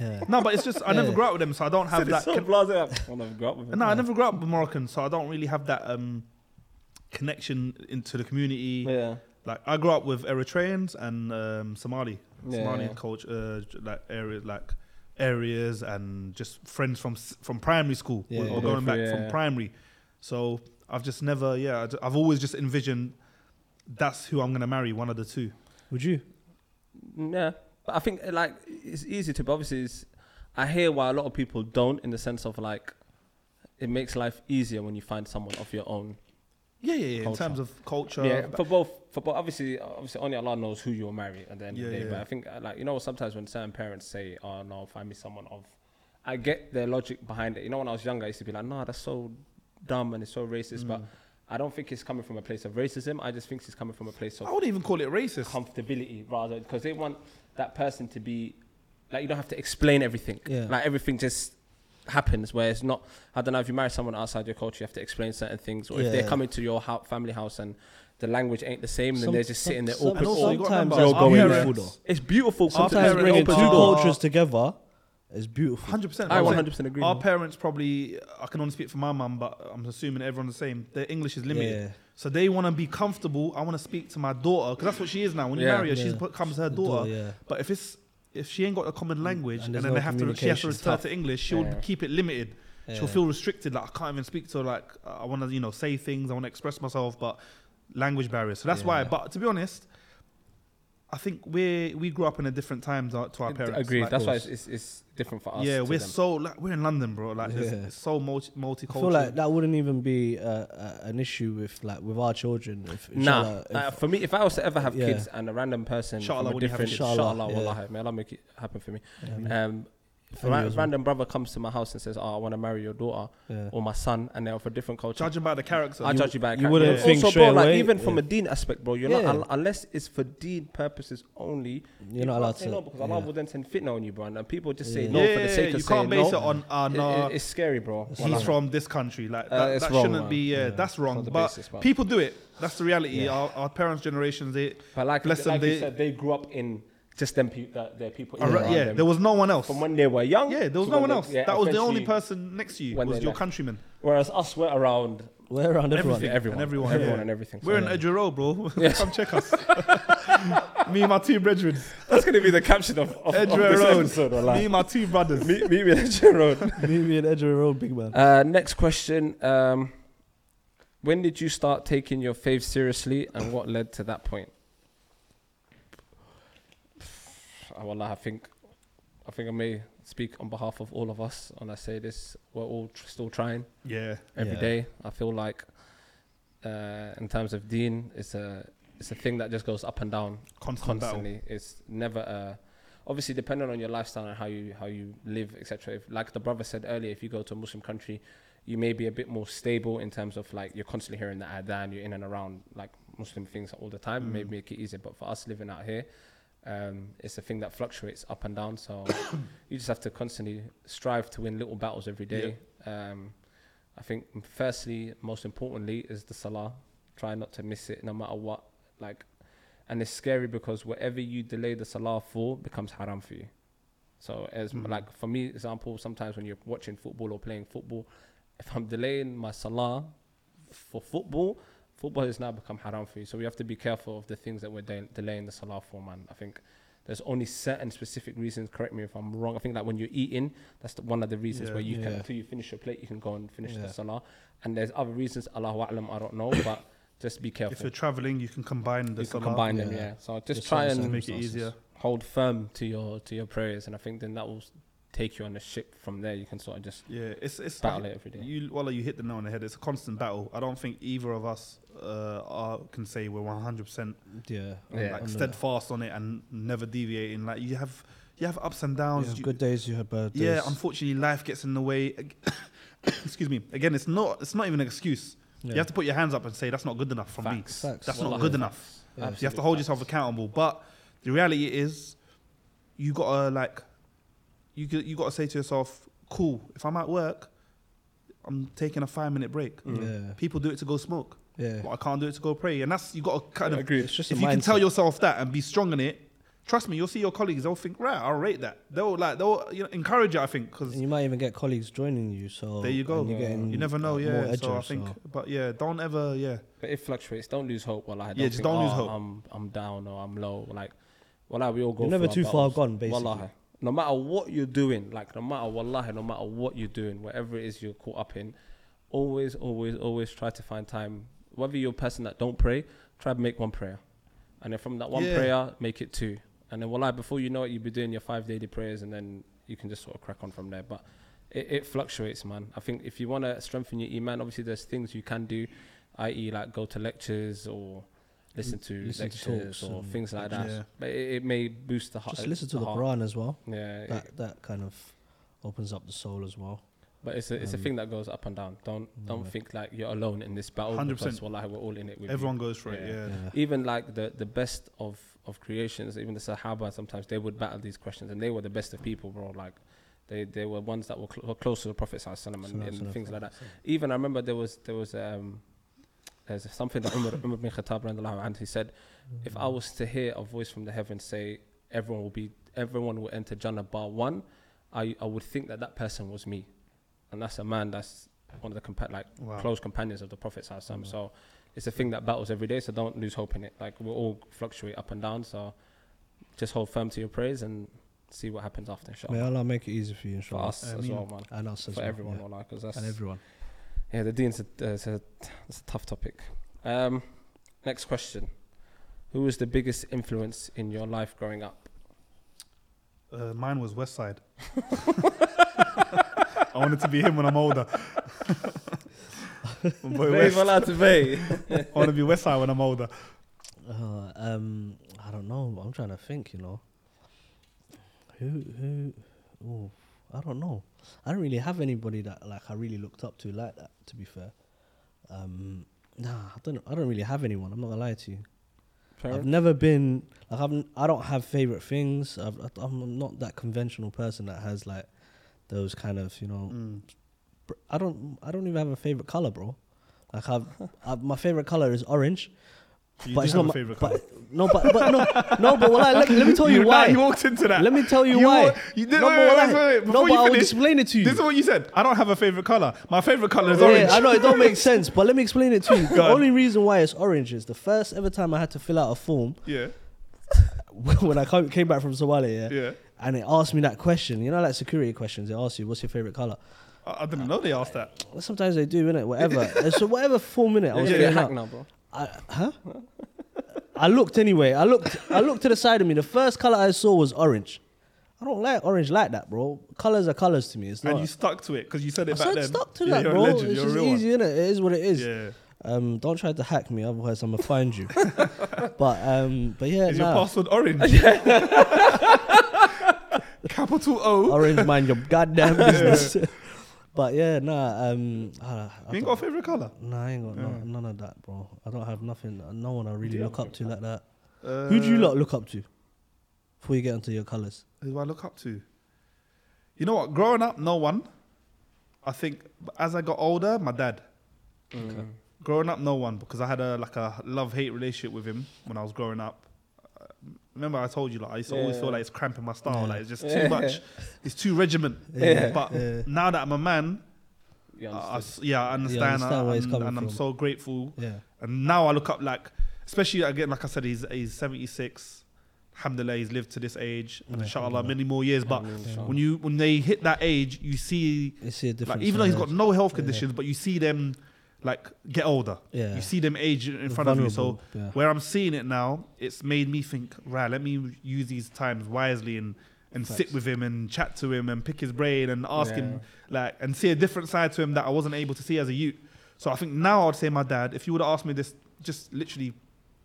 S3: Yeah.
S2: No, but it's just I never
S3: Yeah.
S2: grew up with them, so I don't have that. con-
S1: Well, I've grew up with it.
S2: No, I never grew up Moroccan, so I don't really have that um, connection into the community.
S1: Yeah.
S2: Like I grew up with Eritreans and um, Somali,
S1: Yeah,
S2: Somali
S1: yeah.
S2: culture, uh, like areas, like areas, and just friends from s- from primary school
S3: Yeah,
S2: or,
S3: yeah.
S2: or going back
S1: Yeah,
S2: from
S1: yeah.
S2: primary. So I've just never, yeah, I d- I've always just envisioned that's who I'm gonna marry, one of the two.
S3: Would you?
S1: Yeah, but I think uh, like it's easy to, but obviously, it's, I hear why a lot of people don't, in the sense of like, it makes life easier when you find someone of your own.
S2: Yeah, yeah, yeah. In
S1: Culture.
S2: terms of culture,
S1: yeah,
S2: but-
S1: for both, for both. Obviously, obviously, only Allah knows who you'll marry at the end
S2: Yeah,
S1: of the day.
S2: yeah.
S1: But I think uh, like you know, sometimes when certain parents say, "Oh no, find me someone of," I get their logic behind it. You know, when I was younger, I used to be like, "No, that's so dumb and it's so racist,"
S2: Mm.
S1: but. I don't think it's coming from a place of racism. I just think it's coming from a place of
S2: I wouldn't even call it racist.
S1: comfortability rather because they want that person to be like you don't have to explain everything
S3: Yeah.
S1: like everything just happens where it's not i don't know if you marry someone outside your culture you have to explain certain things or if they're
S3: Yeah.
S1: coming to your hou- family house and the language ain't the same then
S3: Some-
S1: they're just
S3: some-
S1: sitting there
S3: some-
S1: awkward
S2: And also, you gotta
S3: sometimes
S2: remember,
S3: that's
S2: our
S3: beautiful
S2: parents-
S1: it's beautiful
S3: Sometimes
S2: parents
S3: bringing two
S2: open up.
S3: cultures together is beautiful.
S2: Hundred percent.
S1: i 100% agree
S2: Our
S1: man.
S2: parents probably, I can only speak for my mum, but I'm assuming everyone's the same. Their English is limited.
S3: Yeah.
S2: So they want to be comfortable. I want to speak to my daughter because that's what she is now. When you
S1: Yeah.
S2: marry her, she
S3: Yeah.
S2: becomes her
S3: The
S2: daughter.
S3: yeah. Mm,
S2: But if it's if she ain't got a common language and,
S3: there's
S2: then
S3: no
S2: they have to, she has to
S3: communication, it's
S2: return
S3: tough.
S2: to English, she'll
S1: Yeah.
S2: keep it limited. She'll
S3: Yeah.
S2: feel restricted. Like I can't even speak to her. Like I want to, you know, say things. I want to express myself, but language barriers. So that's why.
S3: Yeah.
S2: But to be honest, I think we we grew up in a different time to, to our parents.
S1: agreed
S2: Like,
S1: that's why it's, it's, it's different for us
S2: yeah,
S1: to
S2: we're
S1: them.
S2: so like, we're in London, bro. Like there's
S3: Yeah.
S2: it's so multi
S3: I
S2: multicultural.
S3: feel like that wouldn't even be uh, uh, an issue with like with our children. If,
S1: Nah,
S3: inshallah, if-
S1: uh, for me, if I was to ever have
S3: Yeah.
S1: kids and a random person
S2: Inshallah,
S1: from a
S2: when you have
S1: different,
S2: kids.
S1: inshallah,
S3: Inshallah, yeah.
S1: wallahi, may Allah make it happen for me.
S3: Ameen.
S1: Um, if a
S3: And
S1: ra-
S3: you as well.
S1: random brother comes to my house and says, "Oh, I want to marry your daughter
S3: yeah.
S1: or my son," and they're of a different culture,
S2: judging by the character.
S1: I judge you by a
S3: you
S1: character.
S3: wouldn't
S1: also,
S3: think
S1: bro,
S3: straight
S1: like
S3: away,
S1: even from
S3: yeah.
S1: a deen aspect, bro, you're
S3: Yeah.
S1: not un- unless it's for deen purposes only.
S3: You're not
S1: can't
S3: allowed
S1: say
S3: to-
S1: no because Allah
S3: yeah.
S1: will then send fitna on you, bro. And then people just say
S3: Yeah.
S1: no for the sake of
S2: you can't
S1: saying
S2: base
S1: no.
S2: it on uh,
S1: It-
S2: nah,
S1: it- it's scary, bro.
S2: he's from this country. Like that,
S1: it's
S2: that
S1: wrong,
S2: shouldn't
S1: man.
S2: be. Yeah, that's wrong.
S1: not the
S2: But
S1: basis, but-
S2: people do it. That's the reality.
S1: Yeah.
S2: Our, our parents' generations, they
S1: But like,
S2: Bless them,
S1: like you
S2: they-
S1: said, they grew up in just them, pe- that their people. in
S2: are,
S1: and
S2: yeah.
S1: around them.
S2: There was no one else.
S1: from when they were young.
S2: yeah, there was
S1: to
S2: no
S1: when
S2: one
S1: they-
S2: else.
S1: yeah,
S2: that was the only
S1: eventually-
S2: person next to you
S1: when
S2: was
S1: they
S2: your
S1: left.
S2: countryman.
S1: Whereas us, we're around
S3: We're around everyone.
S2: Everything.
S1: everyone,
S2: and everyone,
S1: everyone,
S2: yeah.
S1: and everything. So
S2: We're in Edgware Road, bro. Come check us. Me and my two brethren.
S1: that's gonna be the caption of, of, of
S2: Edgware
S1: this
S2: Road.
S1: episode.
S2: Me
S1: wallahi.
S2: and my two brothers.
S1: Meet meet me at Edgware Road.
S3: Meet me in Edgeware Road, big man.
S1: Uh, next question. Um, when did you start taking your faith seriously, and what led to that point? Uh, Wallah, I think, I think I may speak on behalf of all of us when I say this. We're all tr- still trying.
S2: Yeah.
S1: every
S3: Yeah.
S1: day. I feel like uh, in terms of Dean, it's a it's a thing that just goes up and down
S2: Constant battle.
S1: constantly. It's never uh, obviously depending on your lifestyle and how you how you live, etc. If like the brother said earlier, if you go to a Muslim country, you may be a bit more stable in terms of like you're constantly hearing the adhan, you're in and around like Muslim things all the time,
S2: Mm.
S1: maybe make it easier. But for us living out here, um, it's a thing that fluctuates up and down. So you just have to constantly strive to win little battles every day. Um, I think, m- firstly, most importantly, is the salah. Try not to miss it, no matter what. Like, and it's scary because whatever you delay the salah for becomes haram for you. So as m
S2: Mm.
S1: like for me, example, sometimes when you're watching football or playing football, if I'm delaying my salah for football, football has now become haram for you. So we have to be careful of the things that we're de- delaying the salah for, man. I think there's only certain specific reasons. Correct me if I'm wrong. I think that when you're eating, that's the, one of the reasons
S2: Yeah.
S1: where you can
S3: Yeah.
S1: until you finish your plate, you can go and finish
S3: Yeah.
S1: the salah. And there's other reasons. Allahu A'lam, I don't know, but just be
S2: If you're
S1: careful.
S2: traveling, you can combine the
S1: You can
S2: salah
S1: combine them,
S3: Yeah.
S1: yeah. So just
S3: Just
S1: try
S3: have
S2: to
S1: and
S3: some-
S2: make it
S3: Circumstances.
S2: easier.
S1: hold firm to your to your prayers, and I think then that will s- take you on a ship from there. You can sort of just
S2: Yeah, it's it's
S1: battle it every day.
S2: You well, you hit the nail on the head. It's a constant battle. I don't think either of us uh, are, can say we're one hundred percent
S3: Yeah.
S1: Yeah.
S2: like
S3: I'm not-
S2: steadfast on it and never deviating. Like you have you have ups and downs.
S3: You have
S2: You-
S3: good days, you have bad days.
S2: yeah, unfortunately, life gets in the way. Ag- Excuse me. Again, it's not it's not even an excuse.
S3: Yeah.
S2: You have to put your hands up and say that's not good enough from me.
S1: Facts.
S3: Facts.
S2: That's not
S1: Wallahi,
S2: good enough.
S1: facts.
S3: Yeah.
S2: You have to hold yourself accountable. But the reality is, you gotta like, you g- you gotta say to yourself, cool. If I'm at work, I'm taking a five minute break.
S1: Mm.
S3: Yeah.
S2: People do it to go smoke,
S3: Mm. Yeah.
S2: but I can't do it to go pray. And that's you gotta kind of.
S1: Agreed.
S3: It's just
S2: If
S3: a
S2: you can tell
S3: mindset.
S2: yourself that and be strong in it, trust me, you'll see your colleagues. They'll think, right, I'll rate that. They'll like they'll you know, encourage it. I think because
S3: And you might even get colleagues joining you. So
S2: There you go.
S3: and You're
S1: Yeah.
S3: getting
S2: you never know.
S3: Mm, like,
S2: Yeah.
S3: more
S2: So I
S3: edgier,
S2: think, but yeah, don't ever. Yeah.
S1: But it fluctuates. Don't lose hope. Well, I don't
S2: Yeah, just
S1: think,
S2: don't
S1: oh,
S2: lose hope.
S1: I'm I'm down or I'm low. Like, well, we all go.
S3: You're never
S1: through
S3: too
S1: our
S3: far
S1: battles.
S3: gone, basically.
S1: Wallahi. No matter what you're doing, like no matter wallahi, no matter what you're doing, whatever it is you're caught up in, always, always, always try to find time. Whether you're a person that don't pray, try to make one prayer. And then from that one
S2: Yeah.
S1: prayer, make it two. And then wallahi, before you know it, you'll be doing your five daily prayers and then you can just sort of crack on from there. But it, it fluctuates, man. I think if you want to strengthen your iman, obviously there's things you can do, i.e. like go to lectures or listen to
S3: Listen to
S1: lectures
S3: talks
S1: or
S3: and-
S1: things like that.
S2: Yeah.
S1: But it, it may boost the heart.
S3: Just listen to the Quran as well.
S1: Yeah, it-
S3: That that kind of opens up the soul as well.
S1: but it's a it's a
S3: Um,
S1: thing that goes up and down. Don't don't
S3: yeah.
S1: think like you're alone in this battle.
S2: 100%.
S1: Because wallahi, we're all in it with you.
S2: Everyone goes for it.
S1: Yeah.
S2: Yeah.
S3: Yeah.
S1: Even like the the best of of creations, even the Sahaba, sometimes they would battle these questions, and they were the best of people, bro. Like. They, they were ones that were, cl- were close to the Prophet Sallallahu Alaihi Wasallam and,
S3: Sallallahu
S1: and
S3: Alaihi
S1: things like that.
S3: Wasallam.
S1: Even I remember there was there was um, there's something that Umar, Umar bin Khattab radiallahu anhu, he said, if I was to hear a voice from the heavens say, everyone will be, everyone will enter Jannah bar one, I, I would think that that person was me, and that's a man that's one of the compa- like
S2: Wow.
S1: close companions of the Prophet Sallallahu So it's a thing that battles every day. So don't lose hope in it. Like we'll all fluctuate up and down. So just hold firm to your prayers and see what happens after. Inshallah.
S3: May Allah make it easy for you,
S1: For
S3: inshallah.
S1: us as
S2: Ameen.
S1: well, man.
S3: And us as
S1: For
S3: well,
S1: everyone,
S3: yeah.
S1: yeah. because that's
S3: And everyone.
S1: yeah, the dean's a, uh, it's a, it's a tough topic. Um, next question: Who was the biggest influence in your life growing up?
S2: Uh, mine was West Side. I wanted to be him when I'm older. My boy West. I want to be West Side when I'm older.
S3: Uh, um, I don't know. I'm trying to think. You know, who who? Oh, I don't know. I don't really have anybody that like I really looked up to like that. To be fair, um, nah, I don't. I don't really have anyone. I'm not gonna lie to you. I've
S1: Parents?
S3: never been like I'm. I don't have favorite things. I've, I- I'm not that conventional person that has like those kind of you know.
S2: Mm.
S3: br- I don't. I don't even have a favorite color, bro. Like I've, I've my favorite color is orange.
S2: You
S3: But
S2: do
S3: it's
S2: have
S3: not
S2: a
S3: my-
S2: favorite
S3: but-
S2: colour.
S3: No, but, but no, no, but well, let, let me tell you,
S2: nah,
S3: why.
S2: he walked into that.
S3: Let me tell you,
S2: You
S3: why.
S2: wa- you did-
S3: no,
S2: wait,
S3: but,
S2: wait,
S3: wallah,
S2: wait, wait,
S3: no,
S2: before
S3: but
S2: you
S3: I will
S2: finish,
S3: explain it to you.
S2: This is what you said. I don't have a favorite color. My favorite color is
S3: Yeah,
S2: orange.
S3: I know it don't make sense, but let me explain it to you. The
S2: Go on.
S3: only reason why it's orange is the first ever time I had to fill out a form
S2: yeah,
S3: when I come- came back from Somalia, yeah,
S2: yeah.
S3: and it asked me that question. You know, like security questions. They ask you, "What's your favorite color?"
S2: I, I didn't know they asked that.
S3: Well, sometimes they do, innit? Whatever. And so whatever form in it, I
S1: Yeah,
S3: was
S1: yeah,
S3: filling
S1: hack
S3: out.
S1: now, bro.
S3: I, huh? I looked anyway. I looked. I looked to the side of me. The first color I saw was orange. I don't like orange like that, bro. Colors are colors to me. It's not.
S2: And you stuck to it because you said it
S3: I
S2: back
S3: said
S2: then.
S3: stuck to
S2: Yeah,
S3: that,
S2: you're
S3: bro.
S2: A legend.
S3: it's
S2: you're
S3: just
S2: a real
S3: easy, innit? It is what it
S2: One.
S3: is.
S2: Yeah.
S3: Um, don't try to hack me, otherwise I'm gonna find you. but um, but yeah,
S2: Is your
S3: nah.
S2: password orange? Capital O.
S3: orange mind your goddamn business. but yeah, nah. Um, I, I
S2: You ain't
S3: don't-
S2: got a favorite color.
S3: Nah, I ain't got
S2: Yeah.
S3: no, none of that, bro. I don't have nothing. No one I really
S1: Do you
S3: look
S1: have a
S3: up to like that.
S2: Uh,
S3: Who do you lot look up to? before you get onto your colours.
S2: Who I look up to? You know what? Growing up, no one. I think but as I got older, my dad.
S3: Mm.
S1: Okay.
S2: Growing up, no one because I had a like a love hate relationship with him when I was growing up. Uh, Remember, I told you like I used to always
S1: Yeah.
S2: feel like it's cramping my style,
S3: Yeah.
S2: like it's just
S1: Yeah.
S2: too much. It's too regiment.
S1: Yeah.
S2: But
S3: Yeah.
S2: now that I'm a man,
S1: You
S2: I- Ah, I
S1: understood.
S2: s- yeah, I understand,
S3: understand
S2: I,
S3: where he's
S2: and,
S3: coming
S2: and I'm
S3: from.
S2: so grateful.
S3: Yeah.
S2: And now I look up like, especially again, like I said, he's he's 76. Alhamdulillah, he's lived to this age, and
S3: Yeah,
S2: inshallah,
S3: alhamdulillah.
S2: many more years. But when you when they hit that age, you see
S3: You see a difference.
S2: like even though he's got no health
S3: Yeah.
S2: conditions, but you see them like get older.
S3: Yeah.
S2: You see them age in front of you. So where I'm seeing it now, it's made me think, right, let me use these times wisely and and sit
S1: Facts.
S2: with him and chat to him and pick his brain and ask him
S1: Yeah.
S2: like and see a different side to him that I wasn't able to see as a youth. So I think now I'd say my dad, if you would have asked me this just literally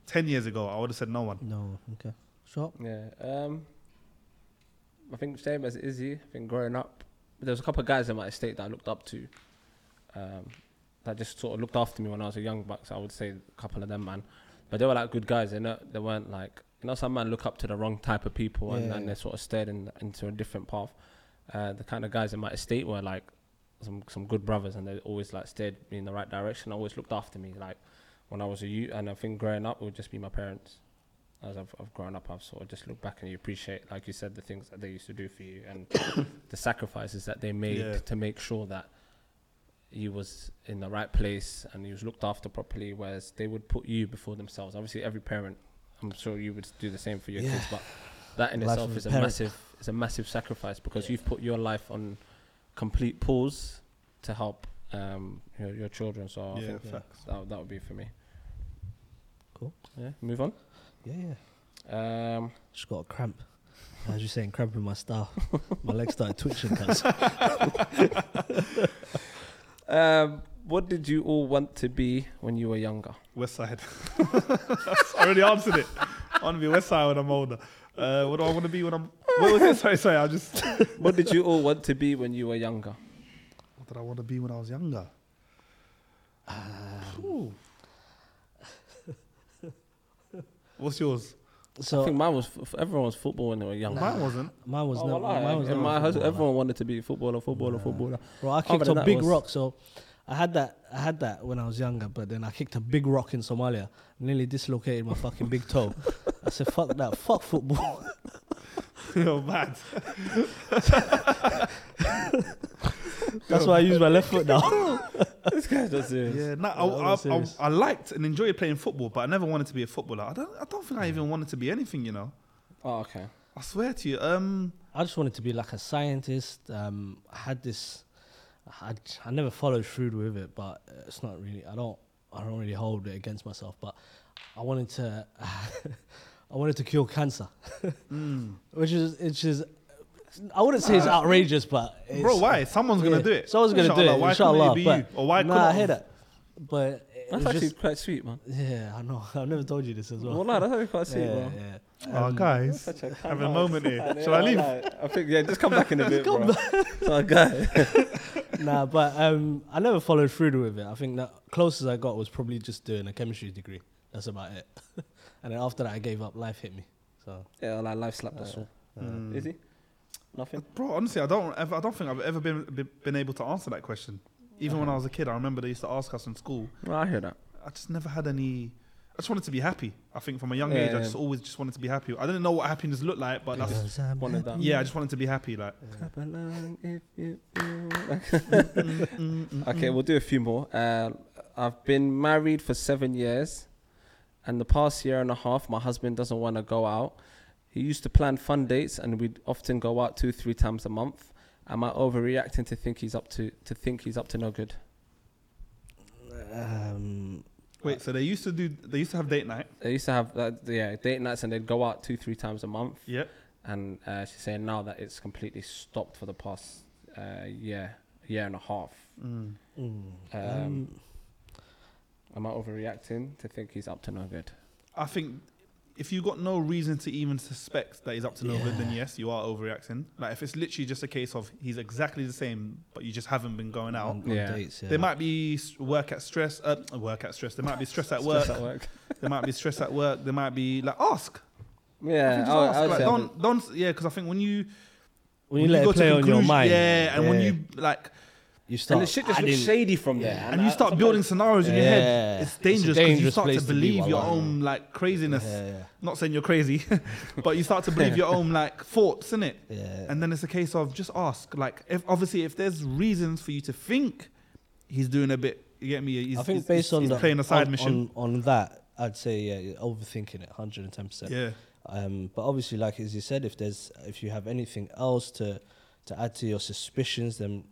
S2: ten years ago, I would have said no one.
S3: No. Okay. Shop.
S1: Yeah. Um, I think same as Izzy. I think growing up, there's a couple of guys in my estate that I looked up to, um, that just sort of looked after me when I was a young buck. So I would say a couple of them, man. But they were like good guys. They not, they weren't like you know some man look up to the wrong type of people and,
S3: Yeah.
S1: and they're sort of stared in, into a different path. Uh, the kind of guys in my estate were like some some good brothers and they always like stared me in the right direction. Always looked after me like when I was a youth. And I think growing up it would just be my parents as I've, I've grown up, I've sort of just looked back and you appreciate, like you said, the things that they used to do for you and the sacrifices that they made
S2: Yeah.
S1: to make sure that you was in the right place and you was looked after properly. Whereas they would put you before themselves. Obviously, every parent, I'm sure you would do the same for your
S3: Yeah.
S1: kids, but that in
S3: Life
S1: itself
S3: of a
S1: is a
S3: parent.
S1: massive, it's a massive sacrifice because you've put your life on complete pause to help um, your, your children. So I think
S3: yeah.
S2: facts.
S1: that, that would be for me.
S3: Cool.
S1: Yeah, move on.
S3: Yeah. Yeah.
S1: Um,
S3: Just got a cramp. I was just saying, cramping my style. my legs started twitching. Cause
S1: Um, what did you all want to be when you were younger?
S2: West Side. I already answered it. I want to be West Side when I'm older. Uh, what do I want to be when I'm? What was it? Sorry, sorry. I just.
S1: What did you all want to be when you were younger?
S2: What did I want to be when I was younger? Phew. What's yours?
S1: I think
S3: so
S1: mine was f- everyone was football when they were younger.
S2: Mine wasn't.
S3: mine was
S1: Oh,
S3: never.
S1: wallahi,
S3: Mine was
S1: in
S3: never
S1: my
S3: a
S1: house,
S3: footballer.
S1: everyone wanted to be footballer, footballer,
S3: Nah.
S1: footballer.
S3: Bro, I
S1: but
S3: kicked a
S1: that
S3: big
S1: was-
S3: rock. So I had that. I had that when I was younger, but then I kicked a big rock in Somalia. Nearly dislocated my fucking big toe. I said, "Fuck that. Fuck football."
S2: You're mad.
S3: That's why I use my left foot now.
S1: this guy's not serious.
S2: Yeah, no,
S3: Yeah,
S2: I,
S3: I'm
S2: I, I,
S3: Oh, serious.
S2: I liked and enjoyed playing football, but I never wanted to be a footballer. I don't. I don't think I even wanted to be anything. You know.
S1: Oh, okay.
S2: I swear to you. Um.
S3: I just wanted to be like a scientist. Um, I had this. I, I never followed through with it, but it's not really. I don't. I don't really hold it against myself, but I wanted to. I wanted to cure cancer,
S2: mm.
S3: which is which is. I wouldn't say it's
S1: Uh,
S3: outrageous, but it's,
S2: Bro, why? Someone's
S3: Yeah,
S2: gonna do it.
S3: Someone's gonna do it.
S2: Why
S3: inshallah,
S2: couldn't it be
S3: but
S2: you? Or why couldn't
S3: nah, I hear that. But it
S1: That's
S3: was
S1: actually
S3: just,
S1: quite sweet, man.
S3: yeah, I know. I've never told you this as well.
S1: Well, no, that's actually quite sweet,
S3: yeah,
S1: bro.
S3: yeah.
S2: Oh, guys,
S1: Such a
S2: have
S1: kind
S2: a
S1: heart.
S2: moment
S1: I
S2: here.
S1: know,
S2: Shall I leave?
S1: like, I think yeah, just come back in a bit, bro. It's our guy.
S3: nah, but um, I never followed through with it. I think the closest I got was probably just doing a chemistry degree. That's about it. and then after that, I gave up. Life hit me. So uh,
S1: Yeah, like life slapped us all.
S2: Mm.
S1: Izzy, nothing.
S2: Bro, honestly, I don't. ever- I don't think I've ever been been- been able to answer that question. Even when I was a kid, I remember they used to ask us in school.
S1: Well, I hear that.
S2: I just never had any. I just wanted to be happy. I think from a young
S1: Yeah,
S2: age, I
S1: yeah.
S2: just always just wanted to be happy. I didn't know what happiness looked like, but that's,
S1: Wanted that.
S2: yeah, I just wanted to be happy. Like,
S1: Clap along if you feel like-
S2: mm, mm, mm,
S1: Okay,
S2: mm.
S1: we'll do a few more. Um, I've been married for seven years, and the past year and a half, my husband doesn't want to go out. He used to plan fun dates, and we'd often go out two, three times a month. Am I overreacting to think he's up to to think he's up to no good?
S3: um,
S2: wait. So they used to do. They used to have date night.
S1: They used to have uh, yeah date nights, and they'd go out two, three times a month.
S2: Yeah.
S1: And uh, she's saying now that it's completely stopped for the past uh, year, year and a half.
S2: Mm.
S3: mm,
S1: Um,
S3: um,
S1: Am I overreacting to think he's up to no good?
S2: I think if you got no reason to even suspect that he's up to no good, then
S3: Yeah.
S2: yes, you are overreacting. Like if it's literally just a case of he's exactly the same, but you just haven't been going out.
S3: on- on
S1: yeah.
S3: dates,
S2: There might be s- work at stress. Uh, work at stress. There might be stress at
S1: Stress
S2: work.
S1: at work.
S2: there might be stress at work. There might be like ask.
S1: Yeah,
S3: oh,
S2: just
S1: I would-
S2: ask.
S1: I would
S2: like,
S1: say I would-
S2: don't, don't, yeah, because I think when you
S3: When you let it play on your
S2: conclusion-
S3: mind,
S2: yeah, and when
S3: yeah,
S2: you like,
S3: you
S1: And
S3: start
S1: the shit just looks
S3: adding-
S1: shady from there.
S2: and you
S1: I-
S2: start
S1: sometimes-
S2: building scenarios in your
S3: Yeah.
S2: head,
S3: It's
S2: it's
S3: a
S2: dangerous because you
S3: dangerous
S2: start to
S3: place to be,
S2: believe your
S3: wallah.
S2: own like craziness.
S3: Yeah,
S2: Not saying you're crazy, but you start to believe your own like thoughts, innit?
S3: yeah.
S2: And then it's a case of just ask. Like, if obviously, if there's reasons for you to think he's doing a bit, you get me? He's,
S3: I think
S2: he's-
S3: based
S2: he's-
S3: on
S2: he's
S3: the,
S2: playing a side
S3: on,
S2: mission.
S3: on, on that, I'd say yeah, you're overthinking it, hundred and ten percent.
S2: yeah,
S3: Um, but obviously, like as you said, if there's if you have anything else to to add to your suspicions, then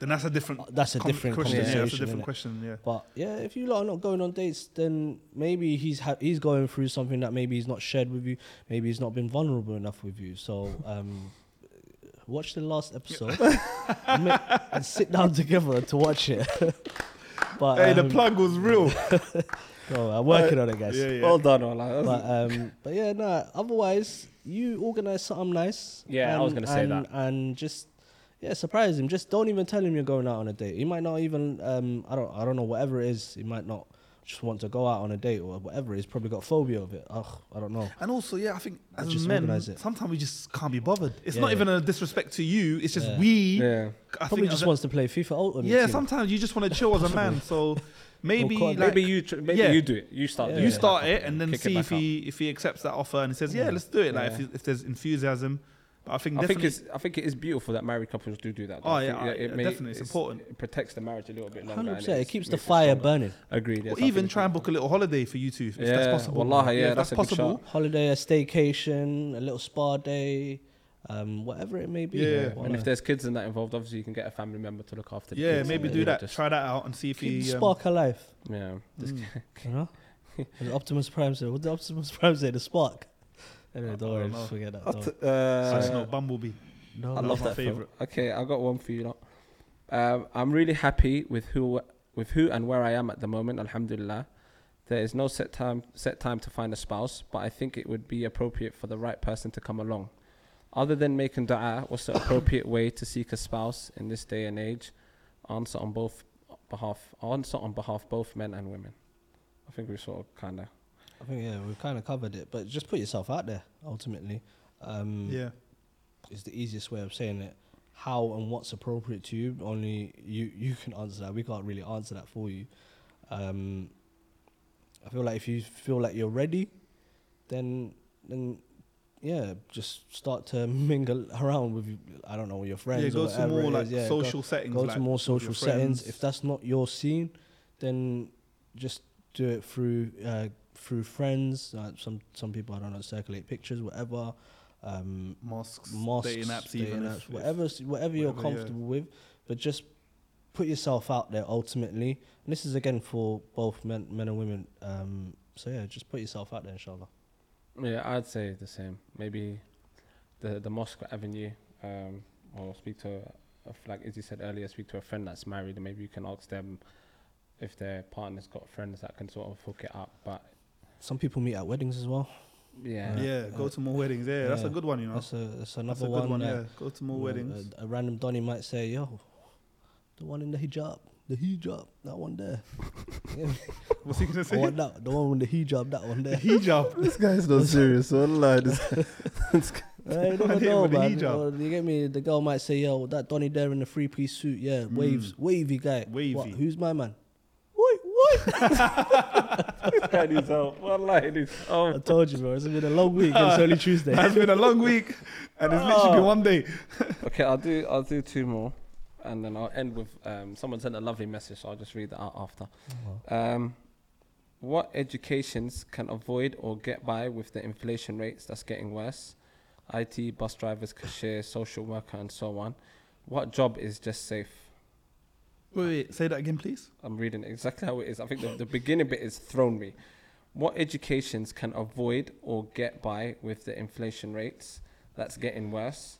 S2: then that's a different.
S3: Oh, that's a
S2: com-
S3: different
S2: question. Yeah, that's a
S3: conversation.
S2: different question.
S3: innit?
S2: Yeah.
S3: But yeah, if you lot are not going on dates, then maybe he's ha- he's going through something that maybe he's not shared with you. Maybe he's not been vulnerable enough with you. So um, watch the last episode and, ma- and sit down together to watch it. but
S2: Hey, the
S3: um,
S2: plug was real.
S3: no, I'm working on it, guys.
S2: Uh, yeah, yeah.
S1: Well done, Ola. That's-
S3: But um, but yeah, no. Otherwise, you organize something nice.
S1: Yeah, I was gonna say
S3: and-
S1: that.
S3: And just yeah, surprise him. Just don't even tell him you're going out on a date. He might not even um, I don't I don't know whatever it is. He might not just want to go out on a date or whatever. He's probably got phobia of it. Ugh, I don't know.
S2: And also, yeah, I think as
S3: just
S2: men,
S3: organise it.
S2: sometimes we just can't be bothered. It's
S3: Yeah,
S2: not
S3: yeah.
S2: even a disrespect to you. It's just
S3: Yeah.
S2: we.
S1: yeah.
S2: I
S3: Probably
S2: think as
S3: just
S2: a-
S3: wants to play FIFA Ultimate.
S2: yeah,
S3: Team.
S2: sometimes you just want to chill as a man. So maybe
S3: Or COD.
S2: like,
S1: maybe you. Tr- maybe
S2: yeah.
S1: you do it. You start.
S3: Yeah.
S1: doing
S2: you
S1: it.
S2: start it and then
S1: Kick it
S2: see
S1: back
S2: if he if he accepts that offer and he says, yeah, let's do it. Like
S1: Yeah.
S2: if, if there's enthusiasm, but I think
S1: I think
S2: definitely
S1: it's. I think it is beautiful that married couples do do that. though.
S2: Oh,
S1: I
S2: yeah,
S1: think,
S2: I- yeah, definitely, it's important.
S1: It protects the marriage a little bit longer.
S3: Hundred
S1: and
S3: percent. It
S1: it's-
S3: keeps the
S1: makes it
S3: fire
S1: stronger.
S3: burning.
S1: Agreed. yes,
S2: or
S1: I think
S2: even
S1: it's
S2: try and
S1: important.
S2: book a little holiday for you two if, if that's
S1: Yeah,
S2: possible.
S1: wallahi, yeah,
S2: if
S1: that's a good shout.
S3: Holiday, a staycation, a little spa day, um, whatever it may be.
S2: Yeah, yeah.
S3: Why
S1: And if
S3: not?
S1: there's kids in that involved, obviously you can get a family member to look after. The
S2: Yeah,
S1: kids
S2: maybe
S1: and
S2: do
S1: then
S2: that.
S1: just-
S2: try that out and see if
S3: Keep
S2: he.
S3: the
S2: um,
S3: spark alive.
S1: yeah. Just-
S2: mm.
S3: You know? the Optimus Prime said, what did Optimus Prime say? The spark. Anyway, don't
S2: I
S3: worry,
S2: don't
S3: just
S2: know.
S3: forget that.
S1: Uh,
S3: Don't.
S2: That's not Bumblebee.
S3: No,
S1: I
S2: That was
S3: no.
S1: love
S2: my
S1: that
S2: favourite.
S1: favorite. Okay, I got one for you. Lot. Um, I'm really happy with who with who and where I am at the moment. Alhamdulillah. There is no set time set time to find a spouse, but I think it would be appropriate for the right person to come along. Other than making dua, what's the appropriate way to seek a spouse in this day and age? Answer on both behalf. Answer on behalf both men and women. I think we sort of kind of
S3: I think, yeah, we've kind of covered it. But just put yourself out there, ultimately. Um,
S2: Yeah,
S3: Is the easiest way of saying it. How and what's appropriate to you, only you, you can answer that. We can't really answer that for you. Um, I feel like if you feel like you're ready, then then yeah, just start to mingle around with I don't know your friends.
S2: yeah. Go
S3: or
S2: to
S3: whatever
S2: more
S3: it
S2: like
S3: is. Yeah, go-
S2: social settings.
S3: go
S2: like
S3: to more
S2: with your
S3: social settings.
S2: friends.
S3: If that's not your scene, then just do it through uh, through friends. Uh, some some people I don't know circulate pictures, whatever. Um,
S2: mosques,
S3: mosques,
S2: dating apps,
S3: dating
S2: even if-
S3: apps,
S2: if-
S3: whatever, s- whatever you're
S2: whatever, yeah.
S3: comfortable with, but just put yourself out there ultimately. And this is again for both men, men and women. Um, so yeah, just put yourself out there, inshallah.
S1: Yeah, I'd say the same. Maybe the the mosque avenue, um, or speak to a, f- like Izzy said earlier, speak to a friend that's married, and maybe you can ask them if their partner's got friends that can sort of hook it up. But
S3: Some people meet at weddings as well.
S1: yeah,
S2: Yeah, go to more weddings. Yeah, that's a
S3: Yeah.
S2: good one. You know,
S3: That's a that's another
S2: Oh. That's a good
S3: one.
S2: one.
S3: uh,
S2: Yeah, uh, go to more
S3: you know,
S2: weddings.
S3: A, a random Donny might say, "Yo, the one in the hijab, the hijab, that one there.
S2: What's he gonna
S3: I
S2: say?
S3: want that, the one with the hijab, that one there.
S2: Hijab.
S4: This guy's not serious. Online. This
S3: I
S2: The
S3: never
S2: one
S3: know,
S2: with the
S3: man.
S2: hijab.
S3: Or, you get me? The girl might say, "Yo, that Donny there in the three piece suit, yeah, waves, wavy guy.
S2: Mm. Wavy.
S3: What, who's my man? What? What?
S1: that is out. Wallahi, it is
S3: I
S1: out.
S3: told you, bro. It's been a long week. and It's only Tuesday.
S2: It's been a long week, and it's literally been one day.
S1: Okay, I'll do I'll do two more, and then I'll end with um, someone sent a lovely message. So I'll just read that out after. Um, what educations can avoid or get by with the inflation rates that's getting worse? IT, bus drivers, cashier, social worker, and so on. What job is just safe?
S2: Wait, wait, say that again, please.
S1: I'm reading it exactly how it is. I think the, the beginning bit has thrown me. What educations can avoid or get by with the inflation rates that's getting worse?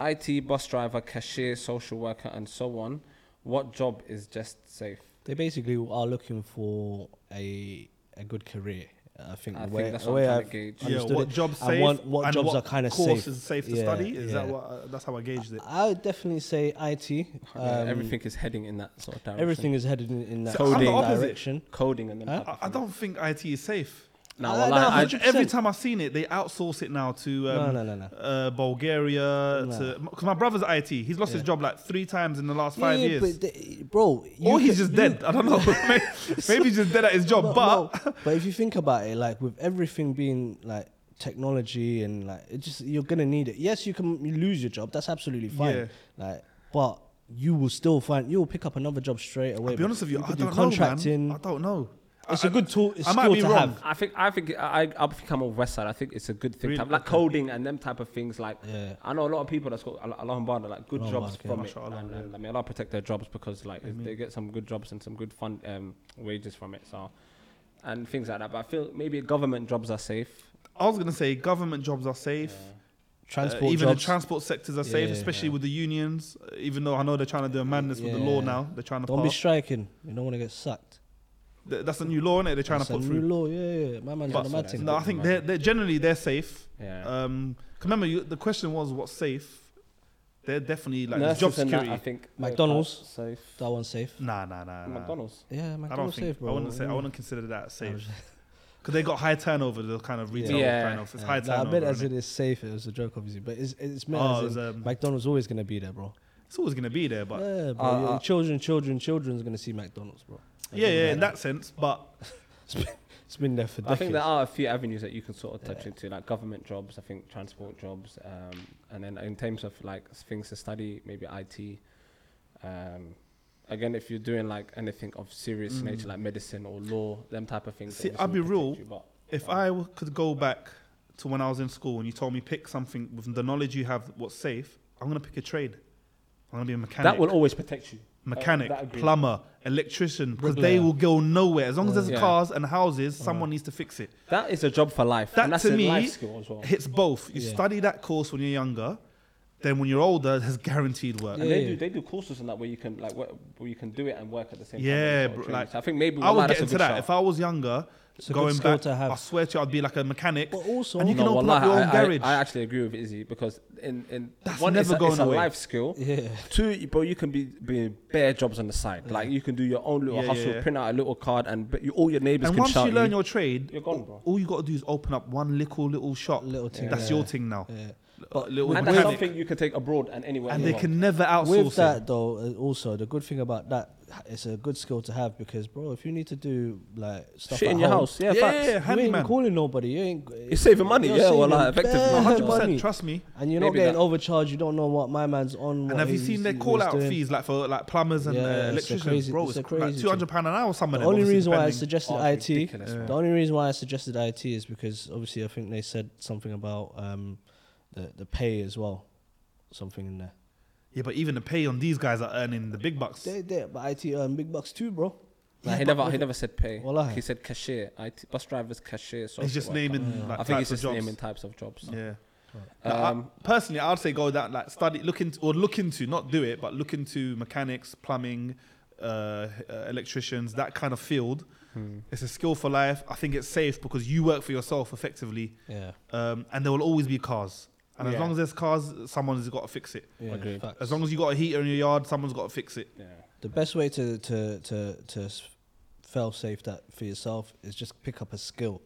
S1: IT, bus driver, cashier, social worker, and so on. What job is just safe?
S3: They basically are looking for a a good career. I think
S1: I
S3: the
S1: think
S3: way,
S1: that's
S3: the
S1: what I'm
S3: way
S1: trying
S3: I've
S1: to gauge.
S2: Yeah,
S3: understood
S2: what
S3: it,
S2: jobs
S3: I
S2: safe
S3: want- what
S2: and
S3: jobs
S2: what
S3: are kinda
S2: course
S3: safe.
S2: is safe to
S3: Yeah,
S2: study? Is that
S3: yeah.
S2: what? Uh, that's how I gauged it.
S3: I would definitely say IT. Um,
S1: Everything is heading in that sort of direction.
S3: everything is headed in, in that
S2: So I'm the
S3: same
S2: opposite.
S3: direction.
S1: coding and then
S3: Huh?
S1: type
S2: I,
S1: of
S2: I
S1: thing.
S2: don't think IT is safe.
S1: Nah,
S3: Uh,
S1: wallahi,
S3: no,
S1: I,
S3: hundred- 100%.
S2: Every time I've seen it, they outsource it now to um,
S3: No, no, no, no.
S2: Uh, Bulgaria.
S3: No.
S2: to Because my brother's IT. He's lost his job like three times in the last
S3: Yeah,
S2: five
S3: yeah,
S2: years.
S3: but the- bro,
S2: or
S3: you
S2: he's
S3: ca-
S2: just
S3: you-
S2: dead. I don't know. Maybe- Maybe he's just dead at his job.
S3: No,
S2: but
S3: no, but if you think about it, like with everything being like technology and like it just you're gonna need it. Yes, you can you lose your job. That's absolutely fine.
S2: Yeah.
S3: Like, but you will still find you will pick up another job straight away.
S2: to be honest with you,
S3: you
S2: I
S3: could
S2: don't
S3: do
S2: know,
S3: contracting.
S2: man. I don't know.
S3: It's
S2: I-
S3: a good tool. It's
S2: I might
S3: skill
S2: be
S3: to
S2: wrong.
S3: have.
S1: I think I think I I think I'm on West Side. I think it's a good thing, to
S2: Really?
S1: have, like
S2: Okay.
S1: coding and them type of things. Like
S3: Yeah.
S1: I know a lot of people that's got Al- Allah Mbana, like good
S3: Allah
S1: jobs
S3: Mbana, okay.
S1: from it.
S2: Mashallah,
S1: and,
S2: yeah.
S1: and, I mean, Allah protect their jobs because like if they get some good jobs and some good fund um, wages from it. So and things like that. But I feel maybe government jobs are safe. Uh,
S2: I was gonna say government jobs are safe.
S3: Transport
S2: Uh, even
S3: jobs.
S2: the transport sectors are safe,
S3: Yeah,
S2: especially with the unions. uh, Even though I know they're trying to do a madness with the law
S3: Yeah.
S2: now, they're trying to
S3: don't be
S2: pass.
S3: striking. You don't want to get sacked.
S2: Th- that's a new law, is They're trying
S3: That's
S2: to put
S3: a
S2: through.
S3: new law. Yeah, yeah. My man's
S2: But-
S3: on the mad thing.
S2: no, I think they're, they're generally they're safe.
S1: Yeah.
S2: Um, 'cause remember, you, the question was what's safe. They're definitely like
S1: Nurses
S2: there's job
S1: and that,
S2: security.
S1: I think they're
S3: McDonald's.
S1: quite safe.
S3: That one's safe.
S2: nah, nah, nah, nah.
S1: McDonald's.
S3: Yeah,
S2: I don't
S3: McDonald's
S2: think.
S3: safe, bro.
S2: I wouldn't say. I
S3: Yeah.
S2: wouldn't consider that safe because they got high turnover. The kind of retail
S1: Yeah.
S2: kind of it's high
S3: Nah, I
S2: turnover.
S3: meant as
S2: innit?
S3: it is safe. It was a joke, obviously, but it's it's meant
S2: Oh,
S3: as in
S2: it's, um,
S3: McDonald's always gonna be there, bro.
S2: it's always gonna be there, but
S3: yeah, bro.
S1: Uh,
S3: your
S1: uh,
S3: children, children, children's gonna see McDonald's, bro. Like,
S2: yeah,
S3: it
S2: yeah,
S3: doesn't
S2: in
S3: matter.
S2: that sense. But
S3: It's been, it's been there for
S1: I
S3: decades.
S1: think there are a few avenues that you can sort of touch into, like government jobs. I think transport jobs, um, and then in terms of like s- things to study, maybe IT. Um, again, if you're doing like anything of serious nature, like medicine or law, them type of things.
S2: Mm. See,
S1: obviously
S2: I'll be
S1: will
S2: real.
S1: protect you,
S2: if I w- could go back to when I was in school and you told me pick something with the knowledge you have, what's safe, I'm gonna pick a trade. I'm gonna be a
S1: but
S2: mechanic.
S1: that will always protect you.
S2: mechanic,
S1: that agree.
S2: plumber, electrician, because they
S3: Bricklayer.
S2: will go nowhere. As long as there's
S1: Yeah.
S2: cars and houses, someone needs to fix it.
S1: That is a job for life.
S2: That
S1: and that's
S2: to
S1: a
S2: me
S1: life skill as well.
S2: hits both. You
S3: Yeah.
S2: study that course when you're younger, then when you're older, there's guaranteed work.
S1: And they
S3: Yeah.
S1: do they do courses and that where you can like wo- where you can do it and work at the same time.
S2: Yeah,
S1: and sort of
S2: bro,
S1: train.
S2: like,
S1: So I think maybe
S2: I
S1: wallah,
S2: would
S1: that's
S2: get
S1: a
S2: into
S1: good
S2: that
S1: shot.
S2: if I was younger.
S3: It's a good
S2: going
S3: skill
S2: back,
S3: to have.
S2: I swear to you, I'd be like a mechanic.
S3: But also-
S2: and you can
S1: No,
S2: open up your
S1: wallah,
S2: own
S1: I, I-
S2: garage.
S1: I actually agree with Izzy because in, in
S2: That's
S1: one, it's
S2: never
S1: a,
S2: going
S1: it's a
S2: away.
S1: life skill.
S3: Yeah.
S1: Two, you- bro, you can be be bare jobs on the side. Like you can do your own little
S2: Yeah,
S1: hustle,
S2: yeah.
S1: print out a little card, and but you, all your neighbors
S2: and
S1: can
S2: once
S1: shout
S2: you learn
S1: you.
S2: your trade,
S1: You're gone,
S2: all-
S1: bro.
S2: all you got to do is open up one little little shop.
S3: Little thing,
S2: That's
S3: yeah.
S2: your thing now.
S3: Yeah.
S2: But little
S1: and that's
S2: mechanic.
S1: something you can take abroad and anywhere.
S2: and
S1: in the
S2: they
S1: world.
S2: can never outsource
S3: With
S2: it.
S3: that though, uh, also the good thing about that, it's a good skill to have because, bro, if you need to do like stuff
S1: shit
S3: at
S1: in your
S3: home,
S1: house. Yeah,
S2: Yeah,
S1: facts.
S2: yeah,
S3: you ain't
S2: handyman.
S3: calling nobody. You ain't.
S1: You're saving money, yeah, well, like, effectively.
S3: bare
S2: 100%,
S3: money.
S2: trust me.
S3: And you're not
S1: Maybe
S3: getting
S1: that-
S3: overcharged. You don't know what my man's on.
S2: And have you seen their call out fees like for like plumbers and
S3: Yeah, it's
S2: uh,
S3: a
S2: electricians,
S3: crazy-
S2: bro?
S3: it's
S2: It's,
S3: a
S2: like
S3: crazy
S2: two hundred pound an hour. Some of
S3: The
S2: them.
S3: only
S2: obviously,
S3: reason why I
S2: depending.
S3: suggested
S1: Oh, it's
S3: IT.
S1: ridiculous,
S3: The
S1: bro.
S3: only reason why I suggested IT is because obviously I think they said something about um, the the pay as well, something in there.
S2: Yeah, but even the pay on these guys are earning the big bucks.
S3: They, they, but IT earn big bucks too, bro.
S1: Nah, he never he never said pay.
S3: Wallahi.
S1: He said cashier. IT, bus drivers, cashier. social
S2: It's just
S1: worker.
S2: naming like
S1: I think
S2: types
S1: it's just
S2: of jobs.
S1: naming types of jobs.
S2: Yeah. Like, I-
S1: Um,
S2: personally, I'd say go that like study, look into or look into, not do it, but look into mechanics, plumbing, uh, uh, electricians, that kind of field. It's a skill for life. I think it's safe because you work for yourself effectively,
S3: Yeah,
S2: um, and there will always be cars. And as
S1: Yeah.
S2: long as there's cars, someone's got to fix it.
S3: yeah
S1: Agreed.
S3: facts.
S2: As long as you got a heater in your yard, someone's got to fix it.
S1: yeah.
S3: the best way to to to to fail safe that for yourself is just pick up a skill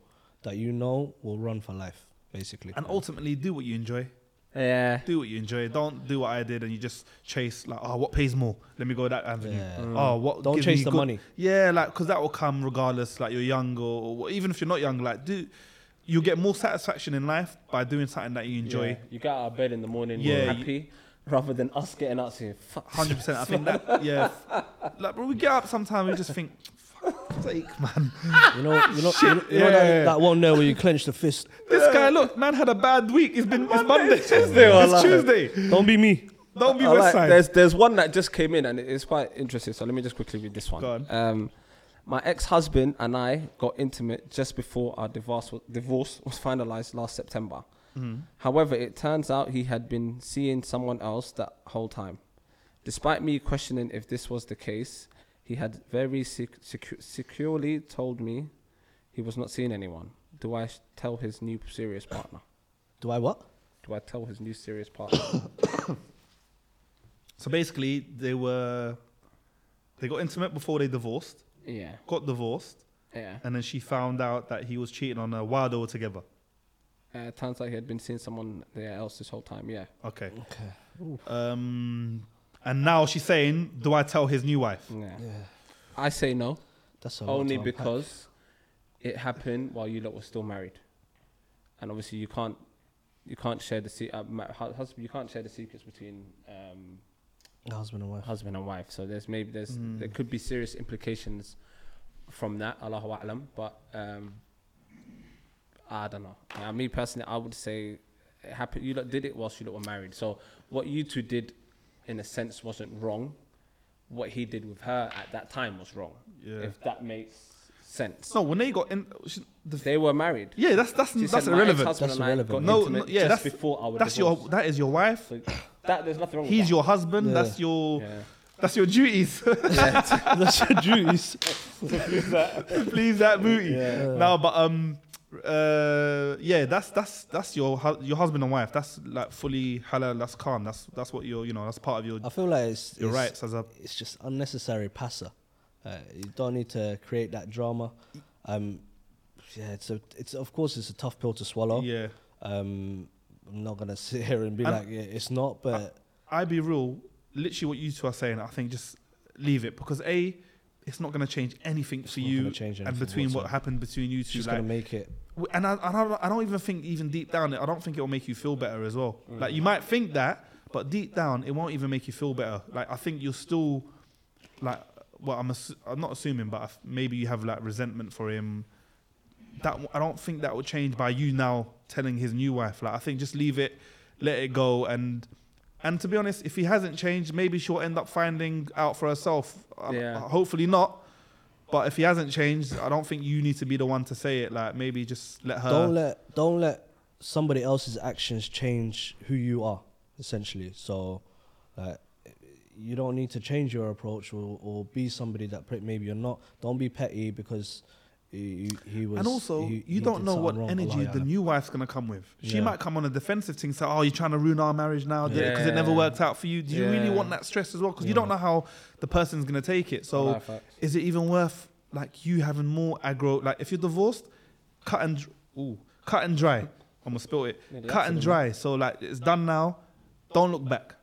S3: that you know will run for life, basically.
S2: And ultimately, do what you enjoy.
S1: Yeah.
S2: Do what you enjoy. Don't do what I did and you just chase like, oh, what pays more? Let me go that avenue.
S3: Yeah.
S2: Oh, what?
S3: Don't
S2: gives
S3: chase
S2: me
S3: the money.
S2: Yeah, like because that will come regardless. Like you're young or, or what- even if you're not young, like do you get more satisfaction in life by doing something that you
S1: Yeah.
S2: enjoy?
S1: You get out of bed in the morning,
S2: Yeah,
S1: you're
S2: you-
S1: happy, rather than us getting out saying, fuck.
S2: Hundred percent. I think that yeah. Like, but we get up sometimes we just think, fuck sake, man.
S3: You know, you know, you know, you
S2: Yeah.
S3: know that, that one there where you clench the fist.
S2: This guy, look, man had a bad week. It's been it's Monday, it's
S1: Tuesday,
S2: it's
S1: wallah.
S2: Tuesday.
S3: Don't be me.
S2: Don't be
S1: I like-
S2: West Side.
S1: there's there's one that just came in and it's quite interesting. So let me just quickly read this one.
S2: Go on.
S1: Um, my ex-husband and I got intimate just before our divorce was, divorce was finalized last September.
S2: Mm-hmm.
S1: However, it turns out he had been seeing someone else that whole time. Despite me questioning if this was the case, he had very sec- secu- securely told me he was not seeing anyone. Do I sh- tell his new serious partner?
S3: Do I what?
S1: Do I tell his new serious partner?
S2: So basically, they were they got intimate before they divorced.
S1: yeah.
S2: Got divorced.
S1: Yeah.
S2: and then she found out that he was cheating on her while they were together.
S1: Uh, it sounds like he had been seeing someone there else this whole time. Yeah.
S2: Okay.
S3: Okay.
S2: Um, and now she's saying, "Do I tell his new wife?"
S1: Yeah.
S3: Yeah.
S1: I say no,
S3: That's a lot
S1: only
S3: to unpack.
S1: because it happened while you lot were still married, and obviously you can't, you can't share the se- uh, ma- hu- husband, you can't share the secrets between um,
S3: husband and wife.
S1: husband and wife. So there's maybe there's
S2: Mm.
S1: there could be serious implications from that. Allahu a'lam. But um, I don't know. Now, me personally, I would say it happened. You lot did it whilst you lot were married. So what you two did, in a sense, wasn't wrong. What he did with her at that time was wrong.
S2: Yeah.
S1: If that makes sense.
S2: No, when they got in, she, the,
S1: They were married.
S2: yeah, that's that's
S1: She
S2: that's
S1: said,
S2: irrelevant.
S1: My ex-husband
S3: That's
S1: and I
S3: irrelevant.
S1: got
S2: No,
S1: intimate
S2: no, yeah,
S1: just
S2: that's-
S1: before our
S2: that's
S1: divorce.
S2: your that is your wife.
S1: So that there's nothing wrong. with
S2: He's
S1: that.
S2: your husband.
S3: Yeah.
S2: That's your
S1: Yeah.
S2: that's your duties.
S3: That's your duties.
S2: Please that booty.
S3: Yeah.
S2: No, but um, uh, yeah, that's that's that's your hu- your husband and wife. That's like fully halal. That's calm. That's that's what your you know that's part of your
S3: I feel like it's,
S2: your
S3: it's,
S2: rights as a
S3: it's just unnecessary passer. Uh, you don't need to create that drama. Um, yeah, it's a, it's of course it's a tough pill to swallow.
S2: yeah.
S3: Um, I'm not gonna sit here and be
S2: And-
S3: like yeah, it's not, but
S2: I be real. Literally, what you two are saying, I think just leave it because a, it's not going to change anything
S3: it's
S2: for
S3: not
S2: you.
S3: gonna change
S2: and
S3: anything
S2: between what
S3: whatsoever.
S2: happened between you two,
S3: she's
S2: like,
S3: gonna make it.
S2: w- and I, I don't, I don't even think even deep down, I don't think it will make you feel better as well. Like you might think that, but deep down, it won't even make you feel better. Like I think you're still, like, well, I'm, assu- I'm not assuming, but I f- maybe you have like resentment for him. That w- I don't think that will change by you now telling his new wife. Like I think just leave it, let it go, and and to be honest, if he hasn't changed, maybe she'll end up finding out for herself. Uh,
S1: Yeah.
S2: Hopefully not. But if he hasn't changed, I don't think you need to be the one to say it. Like maybe just let her.
S3: don't let don't let somebody else's actions change who you are essentially so like you don't need to change your approach or, or be somebody that pre- maybe you're not don't be petty because he, he was
S2: and also,
S3: he-
S2: you
S3: he
S2: don't
S3: did
S2: know
S3: something
S2: what
S3: wrong.
S2: energy
S3: Allah,
S2: the
S3: yeah.
S2: new wife's gonna come with. She
S3: Yeah.
S2: might come on a defensive thing, say, "Oh, you're trying to ruin our marriage now because it never
S1: Yeah.
S2: worked out for you." Do you really
S1: Yeah.
S2: want that stress as well? Because you
S3: Yeah.
S2: don't know how the person's gonna take it. So,
S1: Life facts.
S2: is it even worth like you having more aggro? Like if you're divorced, cut and dr- ooh, cut and dry. I'm gonna spill it.
S1: Yeah, the
S2: cut and
S1: accident.
S2: dry. So like it's done now. Don't look back.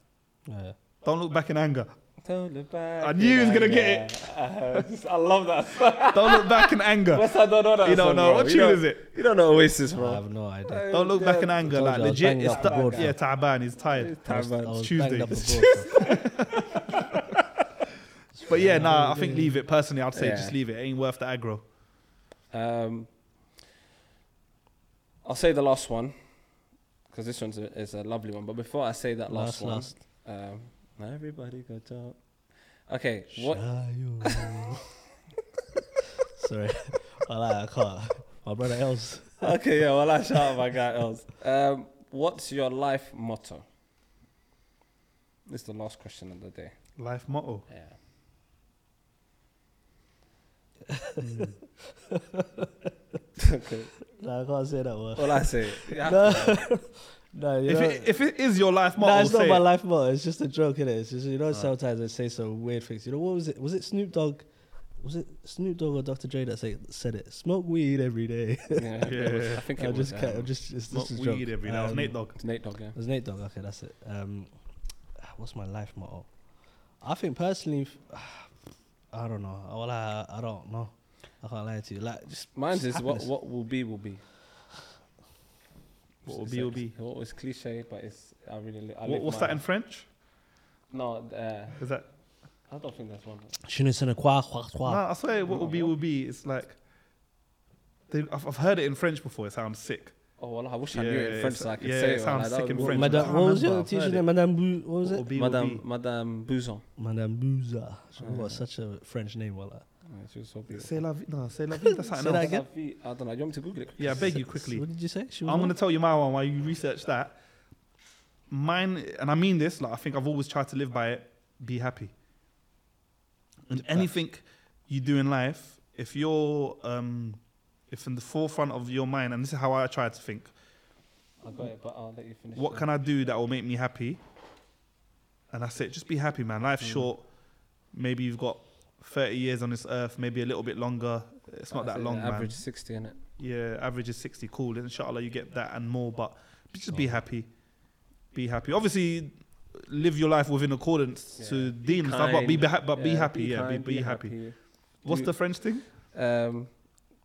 S3: yeah.
S2: Don't look back in anger.
S1: Don't look back.
S2: I knew he was gonna get
S1: it. I love that.
S2: Don't look back in anger.
S1: West, I don't know that.
S2: You don't
S1: song,
S2: know
S1: bro.
S2: what
S1: You
S2: tune
S1: don't-
S2: is it.
S1: You don't know Oasis,
S3: I
S1: bro.
S3: have no idea
S2: Don't look back in anger.
S3: told
S2: Like
S3: you I was
S2: legit,
S3: banged
S2: it's
S3: up abroad,
S2: ta- yeah, Taban. He's tired.
S3: I was, I was
S2: It's
S3: banged
S2: Tuesday.
S3: up abroad,
S2: But yeah, nah. I think leave it. Personally, I'd say
S1: Yeah.
S2: just leave it. It ain't worth the aggro.
S1: Um, I'll say the last one because this one's a, is a lovely one. But before I say that last,
S3: Last,
S1: one,
S3: last.
S1: Um, now everybody got up. Okay,
S3: bro.
S1: what?
S3: Shayo. sorry Allah, I can't my brother else
S1: Okay, yeah. Well, I shout out my guy else. Um, what's your life motto? This is the last question of the day.
S2: Life motto.
S1: Yeah.
S3: Hmm.
S1: okay.
S3: no, I can't say that word
S1: Well, I say. Yeah.
S3: no, no you
S2: If
S3: know-
S2: it, if it is your life motto,
S3: No, it's not
S2: say
S3: my
S2: it.
S3: life motto. It's just a joke, innit? It's just, you know, sometimes they say some weird things. You know, what was it? Was it Snoop Dogg? Was it Snoop Dogg or Dr. Dre that say, said it? Smoke weed every day.
S1: Yeah, it was-
S2: Yeah.
S1: I think it
S3: I
S1: was.
S3: just
S1: um,
S3: can't. I'm just, it's
S2: Not
S3: just a joke.
S2: weed every now.
S3: Um,
S2: Nate dog.
S1: it's Nate Dogg, yeah.
S3: It was Nate Dogg. Okay, that's it. Um, what's my life motto? I think personally, f- I don't know. Well, I, I don't know. I can't lie to you. Like, just
S1: Mine's
S3: just
S1: is what,
S3: happiness.
S1: what will be, will be.
S2: What will
S1: It's
S2: be will
S1: like-
S2: be.
S1: Well, it's cliche, but it's. I really. Li- I
S2: What,
S1: live
S2: what's
S1: my
S2: that in
S1: life.
S2: French?
S1: No, uh,
S2: Is that?
S1: I don't think that's one.
S3: Je ne sais quoi, quoi, quoi.
S2: Nah, I swear, what will be will be. It's like they, I've, I've heard it in French before. It sounds sick.
S1: Oh, well, I wish I knew it
S2: Yeah,
S1: in French
S2: it's-
S1: so I could
S2: yeah,
S1: say
S2: it
S1: it.
S2: sounds
S1: like, that
S2: sick in
S1: would-
S2: French.
S3: Madame,
S2: I can't
S3: what was
S2: remember,
S3: your
S2: I've heard
S3: teacher's
S2: it. Oh.
S3: name? Madame Bou, what was
S2: What will
S3: it?
S2: be will
S1: Madame,
S2: be.
S1: Madame Bouzon.
S3: Madame Bouza. She
S1: Yeah.
S3: got such a French name, Wallah.
S1: Yeah, she was so beautiful.
S2: C'est la vie. No, c'est la vie. That's something
S3: that
S2: else.
S3: again.
S1: I don't know. You want me to Google it?
S2: Yeah, I beg you quickly.
S3: What did you say? She was
S2: I'm going
S3: what?
S2: to tell you my one while you research that. Mine, and I mean this, like I think I've always tried to live by it be happy. And anything you do in life, if you're, um, if in the forefront of your mind, and this is how I try to think,
S1: I got it, but I'll let you finish.
S2: what can I do that will make me happy? And that's it. Just be happy, man. Life's short. Maybe you've got 30 years on this earth, maybe a little bit longer. It's not that long, man.
S1: Average sixty in it.
S2: Yeah, average is 60. Cool. Inshallah, you get that and more, but just be happy. Be happy. Obviously, live your life within accordance to
S1: Yeah.
S2: deen and stuff, but be, beha- but be happy. yeah,
S1: kind,
S2: be, be happy. What's
S1: You-
S2: the French thing?
S1: Um,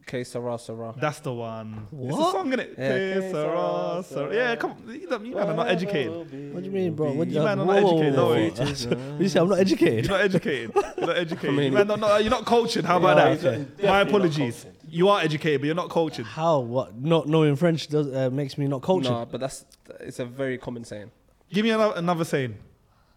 S1: K Sarah Sarah.
S2: That's the one. It's a
S3: What?
S2: song, innit?
S1: Yeah.
S2: Yeah, Sarah, Sarah. yeah come on. You, don't- you man are not educated.
S3: What do you mean, bro? What do
S2: You
S3: you
S2: man are
S3: whoa,
S2: not
S3: whoa,
S2: educated.
S1: Oh,
S3: whoa,
S2: No,
S3: whoa.
S1: uh,
S3: You say I'm not
S2: You're
S3: educated.
S2: not educated. You're not educated.
S1: mean-
S2: You man, no, no, you're not cultured. How about
S3: Yeah,
S2: that?
S3: okay.
S2: My apologies. You are educated, but you're not cultured.
S3: How? What? Not knowing French does uh, makes me not cultured.
S1: No, but that's it's a very common saying.
S2: Give me another, another saying.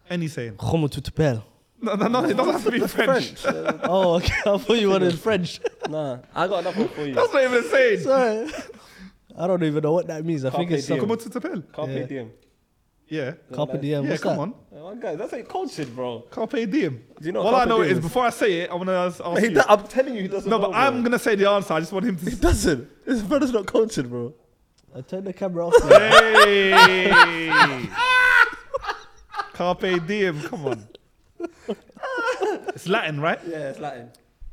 S2: Any saying.
S3: Comment tu t'appelles?
S2: No, no, no, it doesn't have to be French.
S1: French. uh,
S3: Oh, okay. I thought you wanted French.
S1: nah, I got another one for you.
S2: That's not even a saying.
S3: Sorry. I don't even know what that means. I
S1: Carpe
S3: think it's
S1: diem.
S2: Come
S3: some
S2: on to Tapel.
S1: Carpe
S3: Yeah.
S1: diem.
S2: Yeah.
S3: carpe
S1: Yeah,
S3: diem.
S2: yeah,
S3: What's
S2: come
S3: that?
S2: on.
S1: Oh, guys, that's like cultured, bro.
S2: Carpe diem.
S1: Do you know?
S2: All
S1: what
S2: I know
S1: carpe
S2: is
S1: diem
S2: before I say it, I'm gonna ask ask
S1: He
S2: you.
S1: do- I'm telling you, he doesn't.
S2: No,
S1: know,
S2: but I'm
S1: bro.
S2: gonna say the answer. I just want him to.
S4: It doesn't. This brother's not cultured, bro.
S3: I turned the camera off. now.
S2: hey. Carpe diem. Come on. it's Latin, right?
S1: Yeah, it's Latin.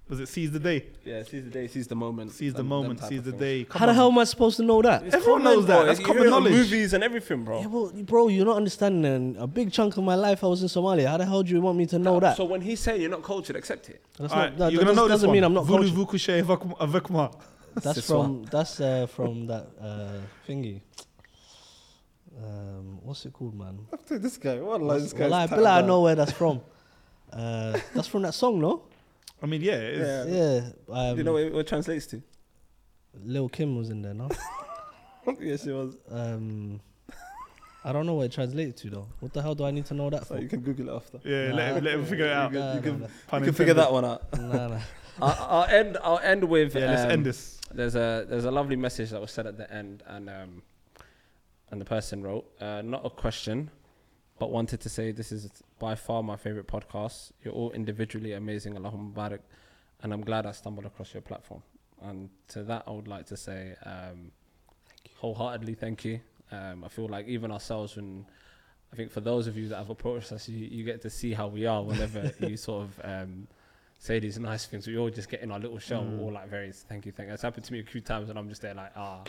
S2: Was it seize the day?
S1: Yeah, seize the day, seize the moment.
S2: Seize the
S1: them-
S2: moment.
S1: them type
S2: Seize
S1: of
S2: the
S1: things.
S2: day. Come
S3: How the
S2: on.
S3: hell am I supposed to know that?
S1: It's
S2: Everyone
S1: common,
S2: knows that.
S1: bro.
S2: That's
S1: You
S2: common
S1: hear it on
S2: knowledge.
S1: Movies and everything, bro.
S2: Oh.
S3: Yeah, well, bro, you're not understanding. A big chunk of my life I was in Somalia. How the hell do you want me to know that?
S1: So when he's saying you're not cultured, accept it.
S3: That's
S2: All
S3: not,
S2: right,
S3: that,
S2: you're
S3: that
S2: gonna know this
S3: doesn't
S2: one.
S3: mean I'm not
S2: Voulez
S3: cultured.
S2: vous coucher avec m- avec moi?
S1: C'est
S3: That's
S1: soir.
S3: from that's uh, from that uh, thingy. Um, what's it called, man?
S4: This guy, what
S3: Well,
S4: this guy's
S3: I,
S4: tight,
S3: Bill, I
S4: man.
S3: know where that's from. Uh, that's from that song, no?
S2: I mean, yeah. It's,
S1: Yeah.
S3: Yeah. Um,
S1: Do you know what it, what it translates to?
S3: Lil Kim was in there, no?
S4: yes, it was.
S3: um, I don't know what it translated to though. What the hell do I need to know that
S4: So
S3: for?
S4: Oh, you can Google it after.
S2: Yeah,
S3: Nah,
S2: let, him, let him figure it out.
S3: nah, nah,
S4: you can-
S3: nah.
S2: Pun
S1: you can figure
S2: intended.
S1: that one out.
S3: Nah, nah.
S1: I'll, I'll end. I'll end with.
S2: Yeah, let's
S1: um,
S2: end this.
S1: There's a there's a lovely message that was said at the end, and um, and the person wrote, uh, not a question, but wanted to say this is by far my favorite podcast. You're all individually amazing, Allahumma barak, and I'm glad I stumbled across your platform. And to that, I would like to say, um, wholeheartedly, thank you. Um, I feel like even ourselves, when I think for those of you that have approached us, you, you get to see how we are whenever you sort of. Um, say these nice things. We all just get in our little shell, We're all like various thank you, thank you. It's happened to me a few times, and I'm just there like ah.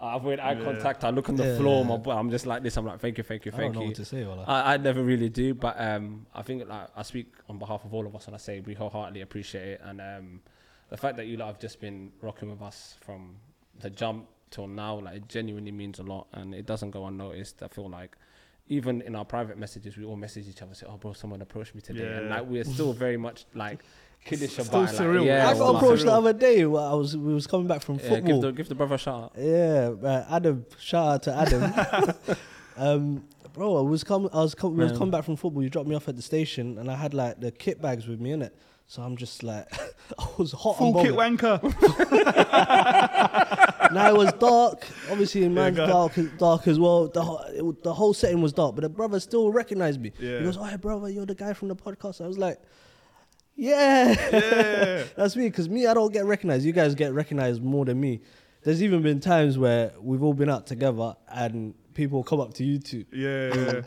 S1: I avoid eye
S2: Yeah.
S1: contact. I look on the
S3: Yeah.
S1: floor. My boy, I'm just like this. I'm like, thank you, thank you,
S3: I don't
S1: thank
S3: know
S1: you.
S3: what to say. Wala.
S1: I, I never really do, but um, I think like I speak on behalf of all of us, and I say we wholeheartedly appreciate it. And um, the fact that you lot have just been rocking with us from the jump till now, like it genuinely means a lot, and it doesn't go unnoticed. I feel like even in our private messages, we all message each other, say, "Oh, bro, someone approached me today," and
S2: Yeah.
S1: like we're still very much like kiddish
S2: Still
S1: about it,
S2: surreal.
S1: Like, yeah,
S3: I
S2: well,
S3: got
S1: wallah.
S3: approached the
S2: surreal.
S3: other day. While I was we was coming back from
S1: Yeah, give the
S3: football.
S1: give the brother a shout out.
S3: Yeah, uh, Adam. Shout out to Adam. um, bro, I was coming. I was com- we was
S1: Man.
S3: coming back from football. You dropped me off at the station, and I had like the kit bags with me in it. So I'm just like, I was hot.
S2: Full
S3: and
S2: kit
S3: bothered.
S2: wanker.
S3: now it was dark. Obviously, in man's
S2: go.
S3: dark, dark as well. The whole, it, wa- the whole setting was dark, but the brother still recognized me.
S2: Yeah.
S3: He goes, "Oh, hey, brother, you're the guy from the podcast." I was like, "Yeah,
S2: Yeah.
S3: that's me." Because me, I don't get recognized. You guys get recognized more than me. There's even been times where we've all been out together and people come up to you two.
S2: Yeah, yeah.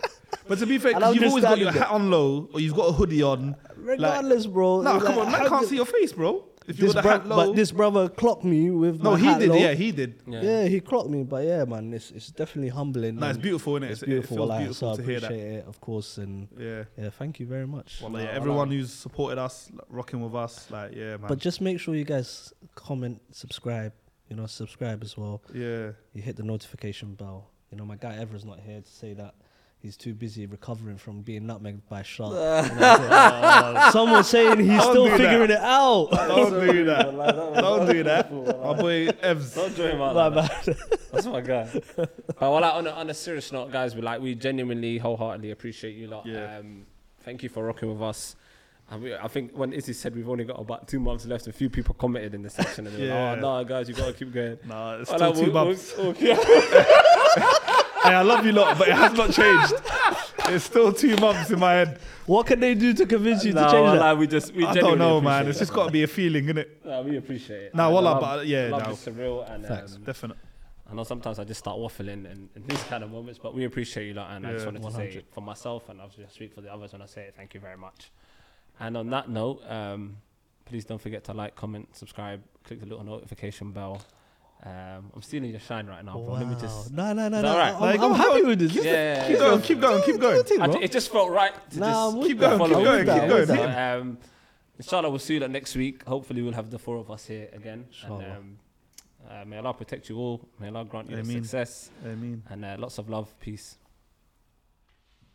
S2: but to be fair,
S3: And
S2: 'cause
S3: I
S2: you've always got
S3: understand
S2: your
S3: it.
S2: hat on low or you've got a hoodie on.
S3: Regardless, bro.
S2: like, nah,
S3: like,
S2: come on, man
S3: how
S2: can't
S3: did-
S2: see your face, bro. If you
S3: This
S2: got the
S3: bro-
S2: hat low,
S3: but this brother clocked me with
S2: no,
S3: my
S2: he
S3: hat
S2: did.
S3: low.
S2: Yeah, he did.
S1: Yeah.
S3: yeah, he clocked me, but yeah, man, it's it's definitely humbling.
S2: No, it's
S3: and-
S2: beautiful, innit?
S3: It's
S2: It-
S3: beautiful.
S2: It feels
S3: like,
S2: beautiful
S3: so
S2: to
S3: I
S2: hear
S3: appreciate
S2: that.
S3: it, of course, and
S2: Yeah.
S3: yeah, thank you very much.
S2: Well, yeah, everyone who's supported us, like, rocking with us, like, yeah, man.
S3: But just make sure you guys comment, subscribe. You know, subscribe as well.
S2: yeah,
S3: You hit the notification bell. You know, my guy Evra's not here to say that. He's too busy recovering from being nutmegged by a shark. You know what I'm saying? Someone saying he's
S2: Oh. Don't
S3: still
S2: do that.
S3: figuring it out.
S2: don't do that. Don't do that. My boy Evs.
S1: Don't join my
S3: My bad.
S1: That's my guy. but well, like, on, a, on a serious note, guys, we like we genuinely, wholeheartedly appreciate you lot.
S2: Yeah.
S1: Um, thank you for rocking with us. And we, I think when Izzy said we've only got about two months left, a few people commented in the section and they were like,
S2: Yeah.
S1: "Oh no, guys, you gotta keep going."
S2: Nah, it's
S1: Well,
S2: still
S1: like,
S2: two
S1: we'll-
S2: months.
S1: we'll- we'll- yeah.
S2: Hey, I love you lot, but it has not changed. It's still two months in my head.
S3: What can they do to convince you
S1: No,
S3: to change
S1: well,
S3: that?
S1: like, we just we
S2: I
S1: genuinely
S2: don't know, man.
S1: appreciate
S2: It's
S1: it,
S2: just got to be a feeling, innit?
S1: Nah, we appreciate it.
S2: Nah,
S1: Like,
S2: wallah,
S1: love-
S2: but, yeah,
S1: love
S2: nah.
S1: is surreal and
S3: Facts.
S1: um,
S2: Definite.
S1: I know sometimes I just start waffling in, in these kind of moments, but we appreciate you lot. And I just
S2: Yeah.
S1: wanted to say
S3: 100.
S1: for myself, and obviously I speak for the others when I say it, thank you very much. And on that note, um, Please don't forget to like, comment, subscribe, click the little notification bell. Um, I'm stealing your shine right now, bro. Let me just.
S3: No, no, no,
S1: Is that
S3: no.
S1: alright?
S3: I'm,
S2: Like,
S3: I'm
S2: go on,
S3: happy with this.
S1: Yeah, yeah,
S2: Keep
S1: yeah.
S2: going, keep going, keep going.
S1: I ju- it just felt right to
S3: Nah, I'm
S1: just
S3: with
S2: Keep going,
S3: that.
S2: keep
S1: follow it.
S2: going, keep
S1: Yeah,
S2: going.
S1: so, um, inshallah, we'll see you lot next week. Hopefully, we'll have the four of us here again. And,
S3: Inshallah.
S1: um, uh, may Allah protect you all. May Allah grant you
S2: Ameen.
S1: success.
S2: I mean.
S1: And uh, lots of love, peace.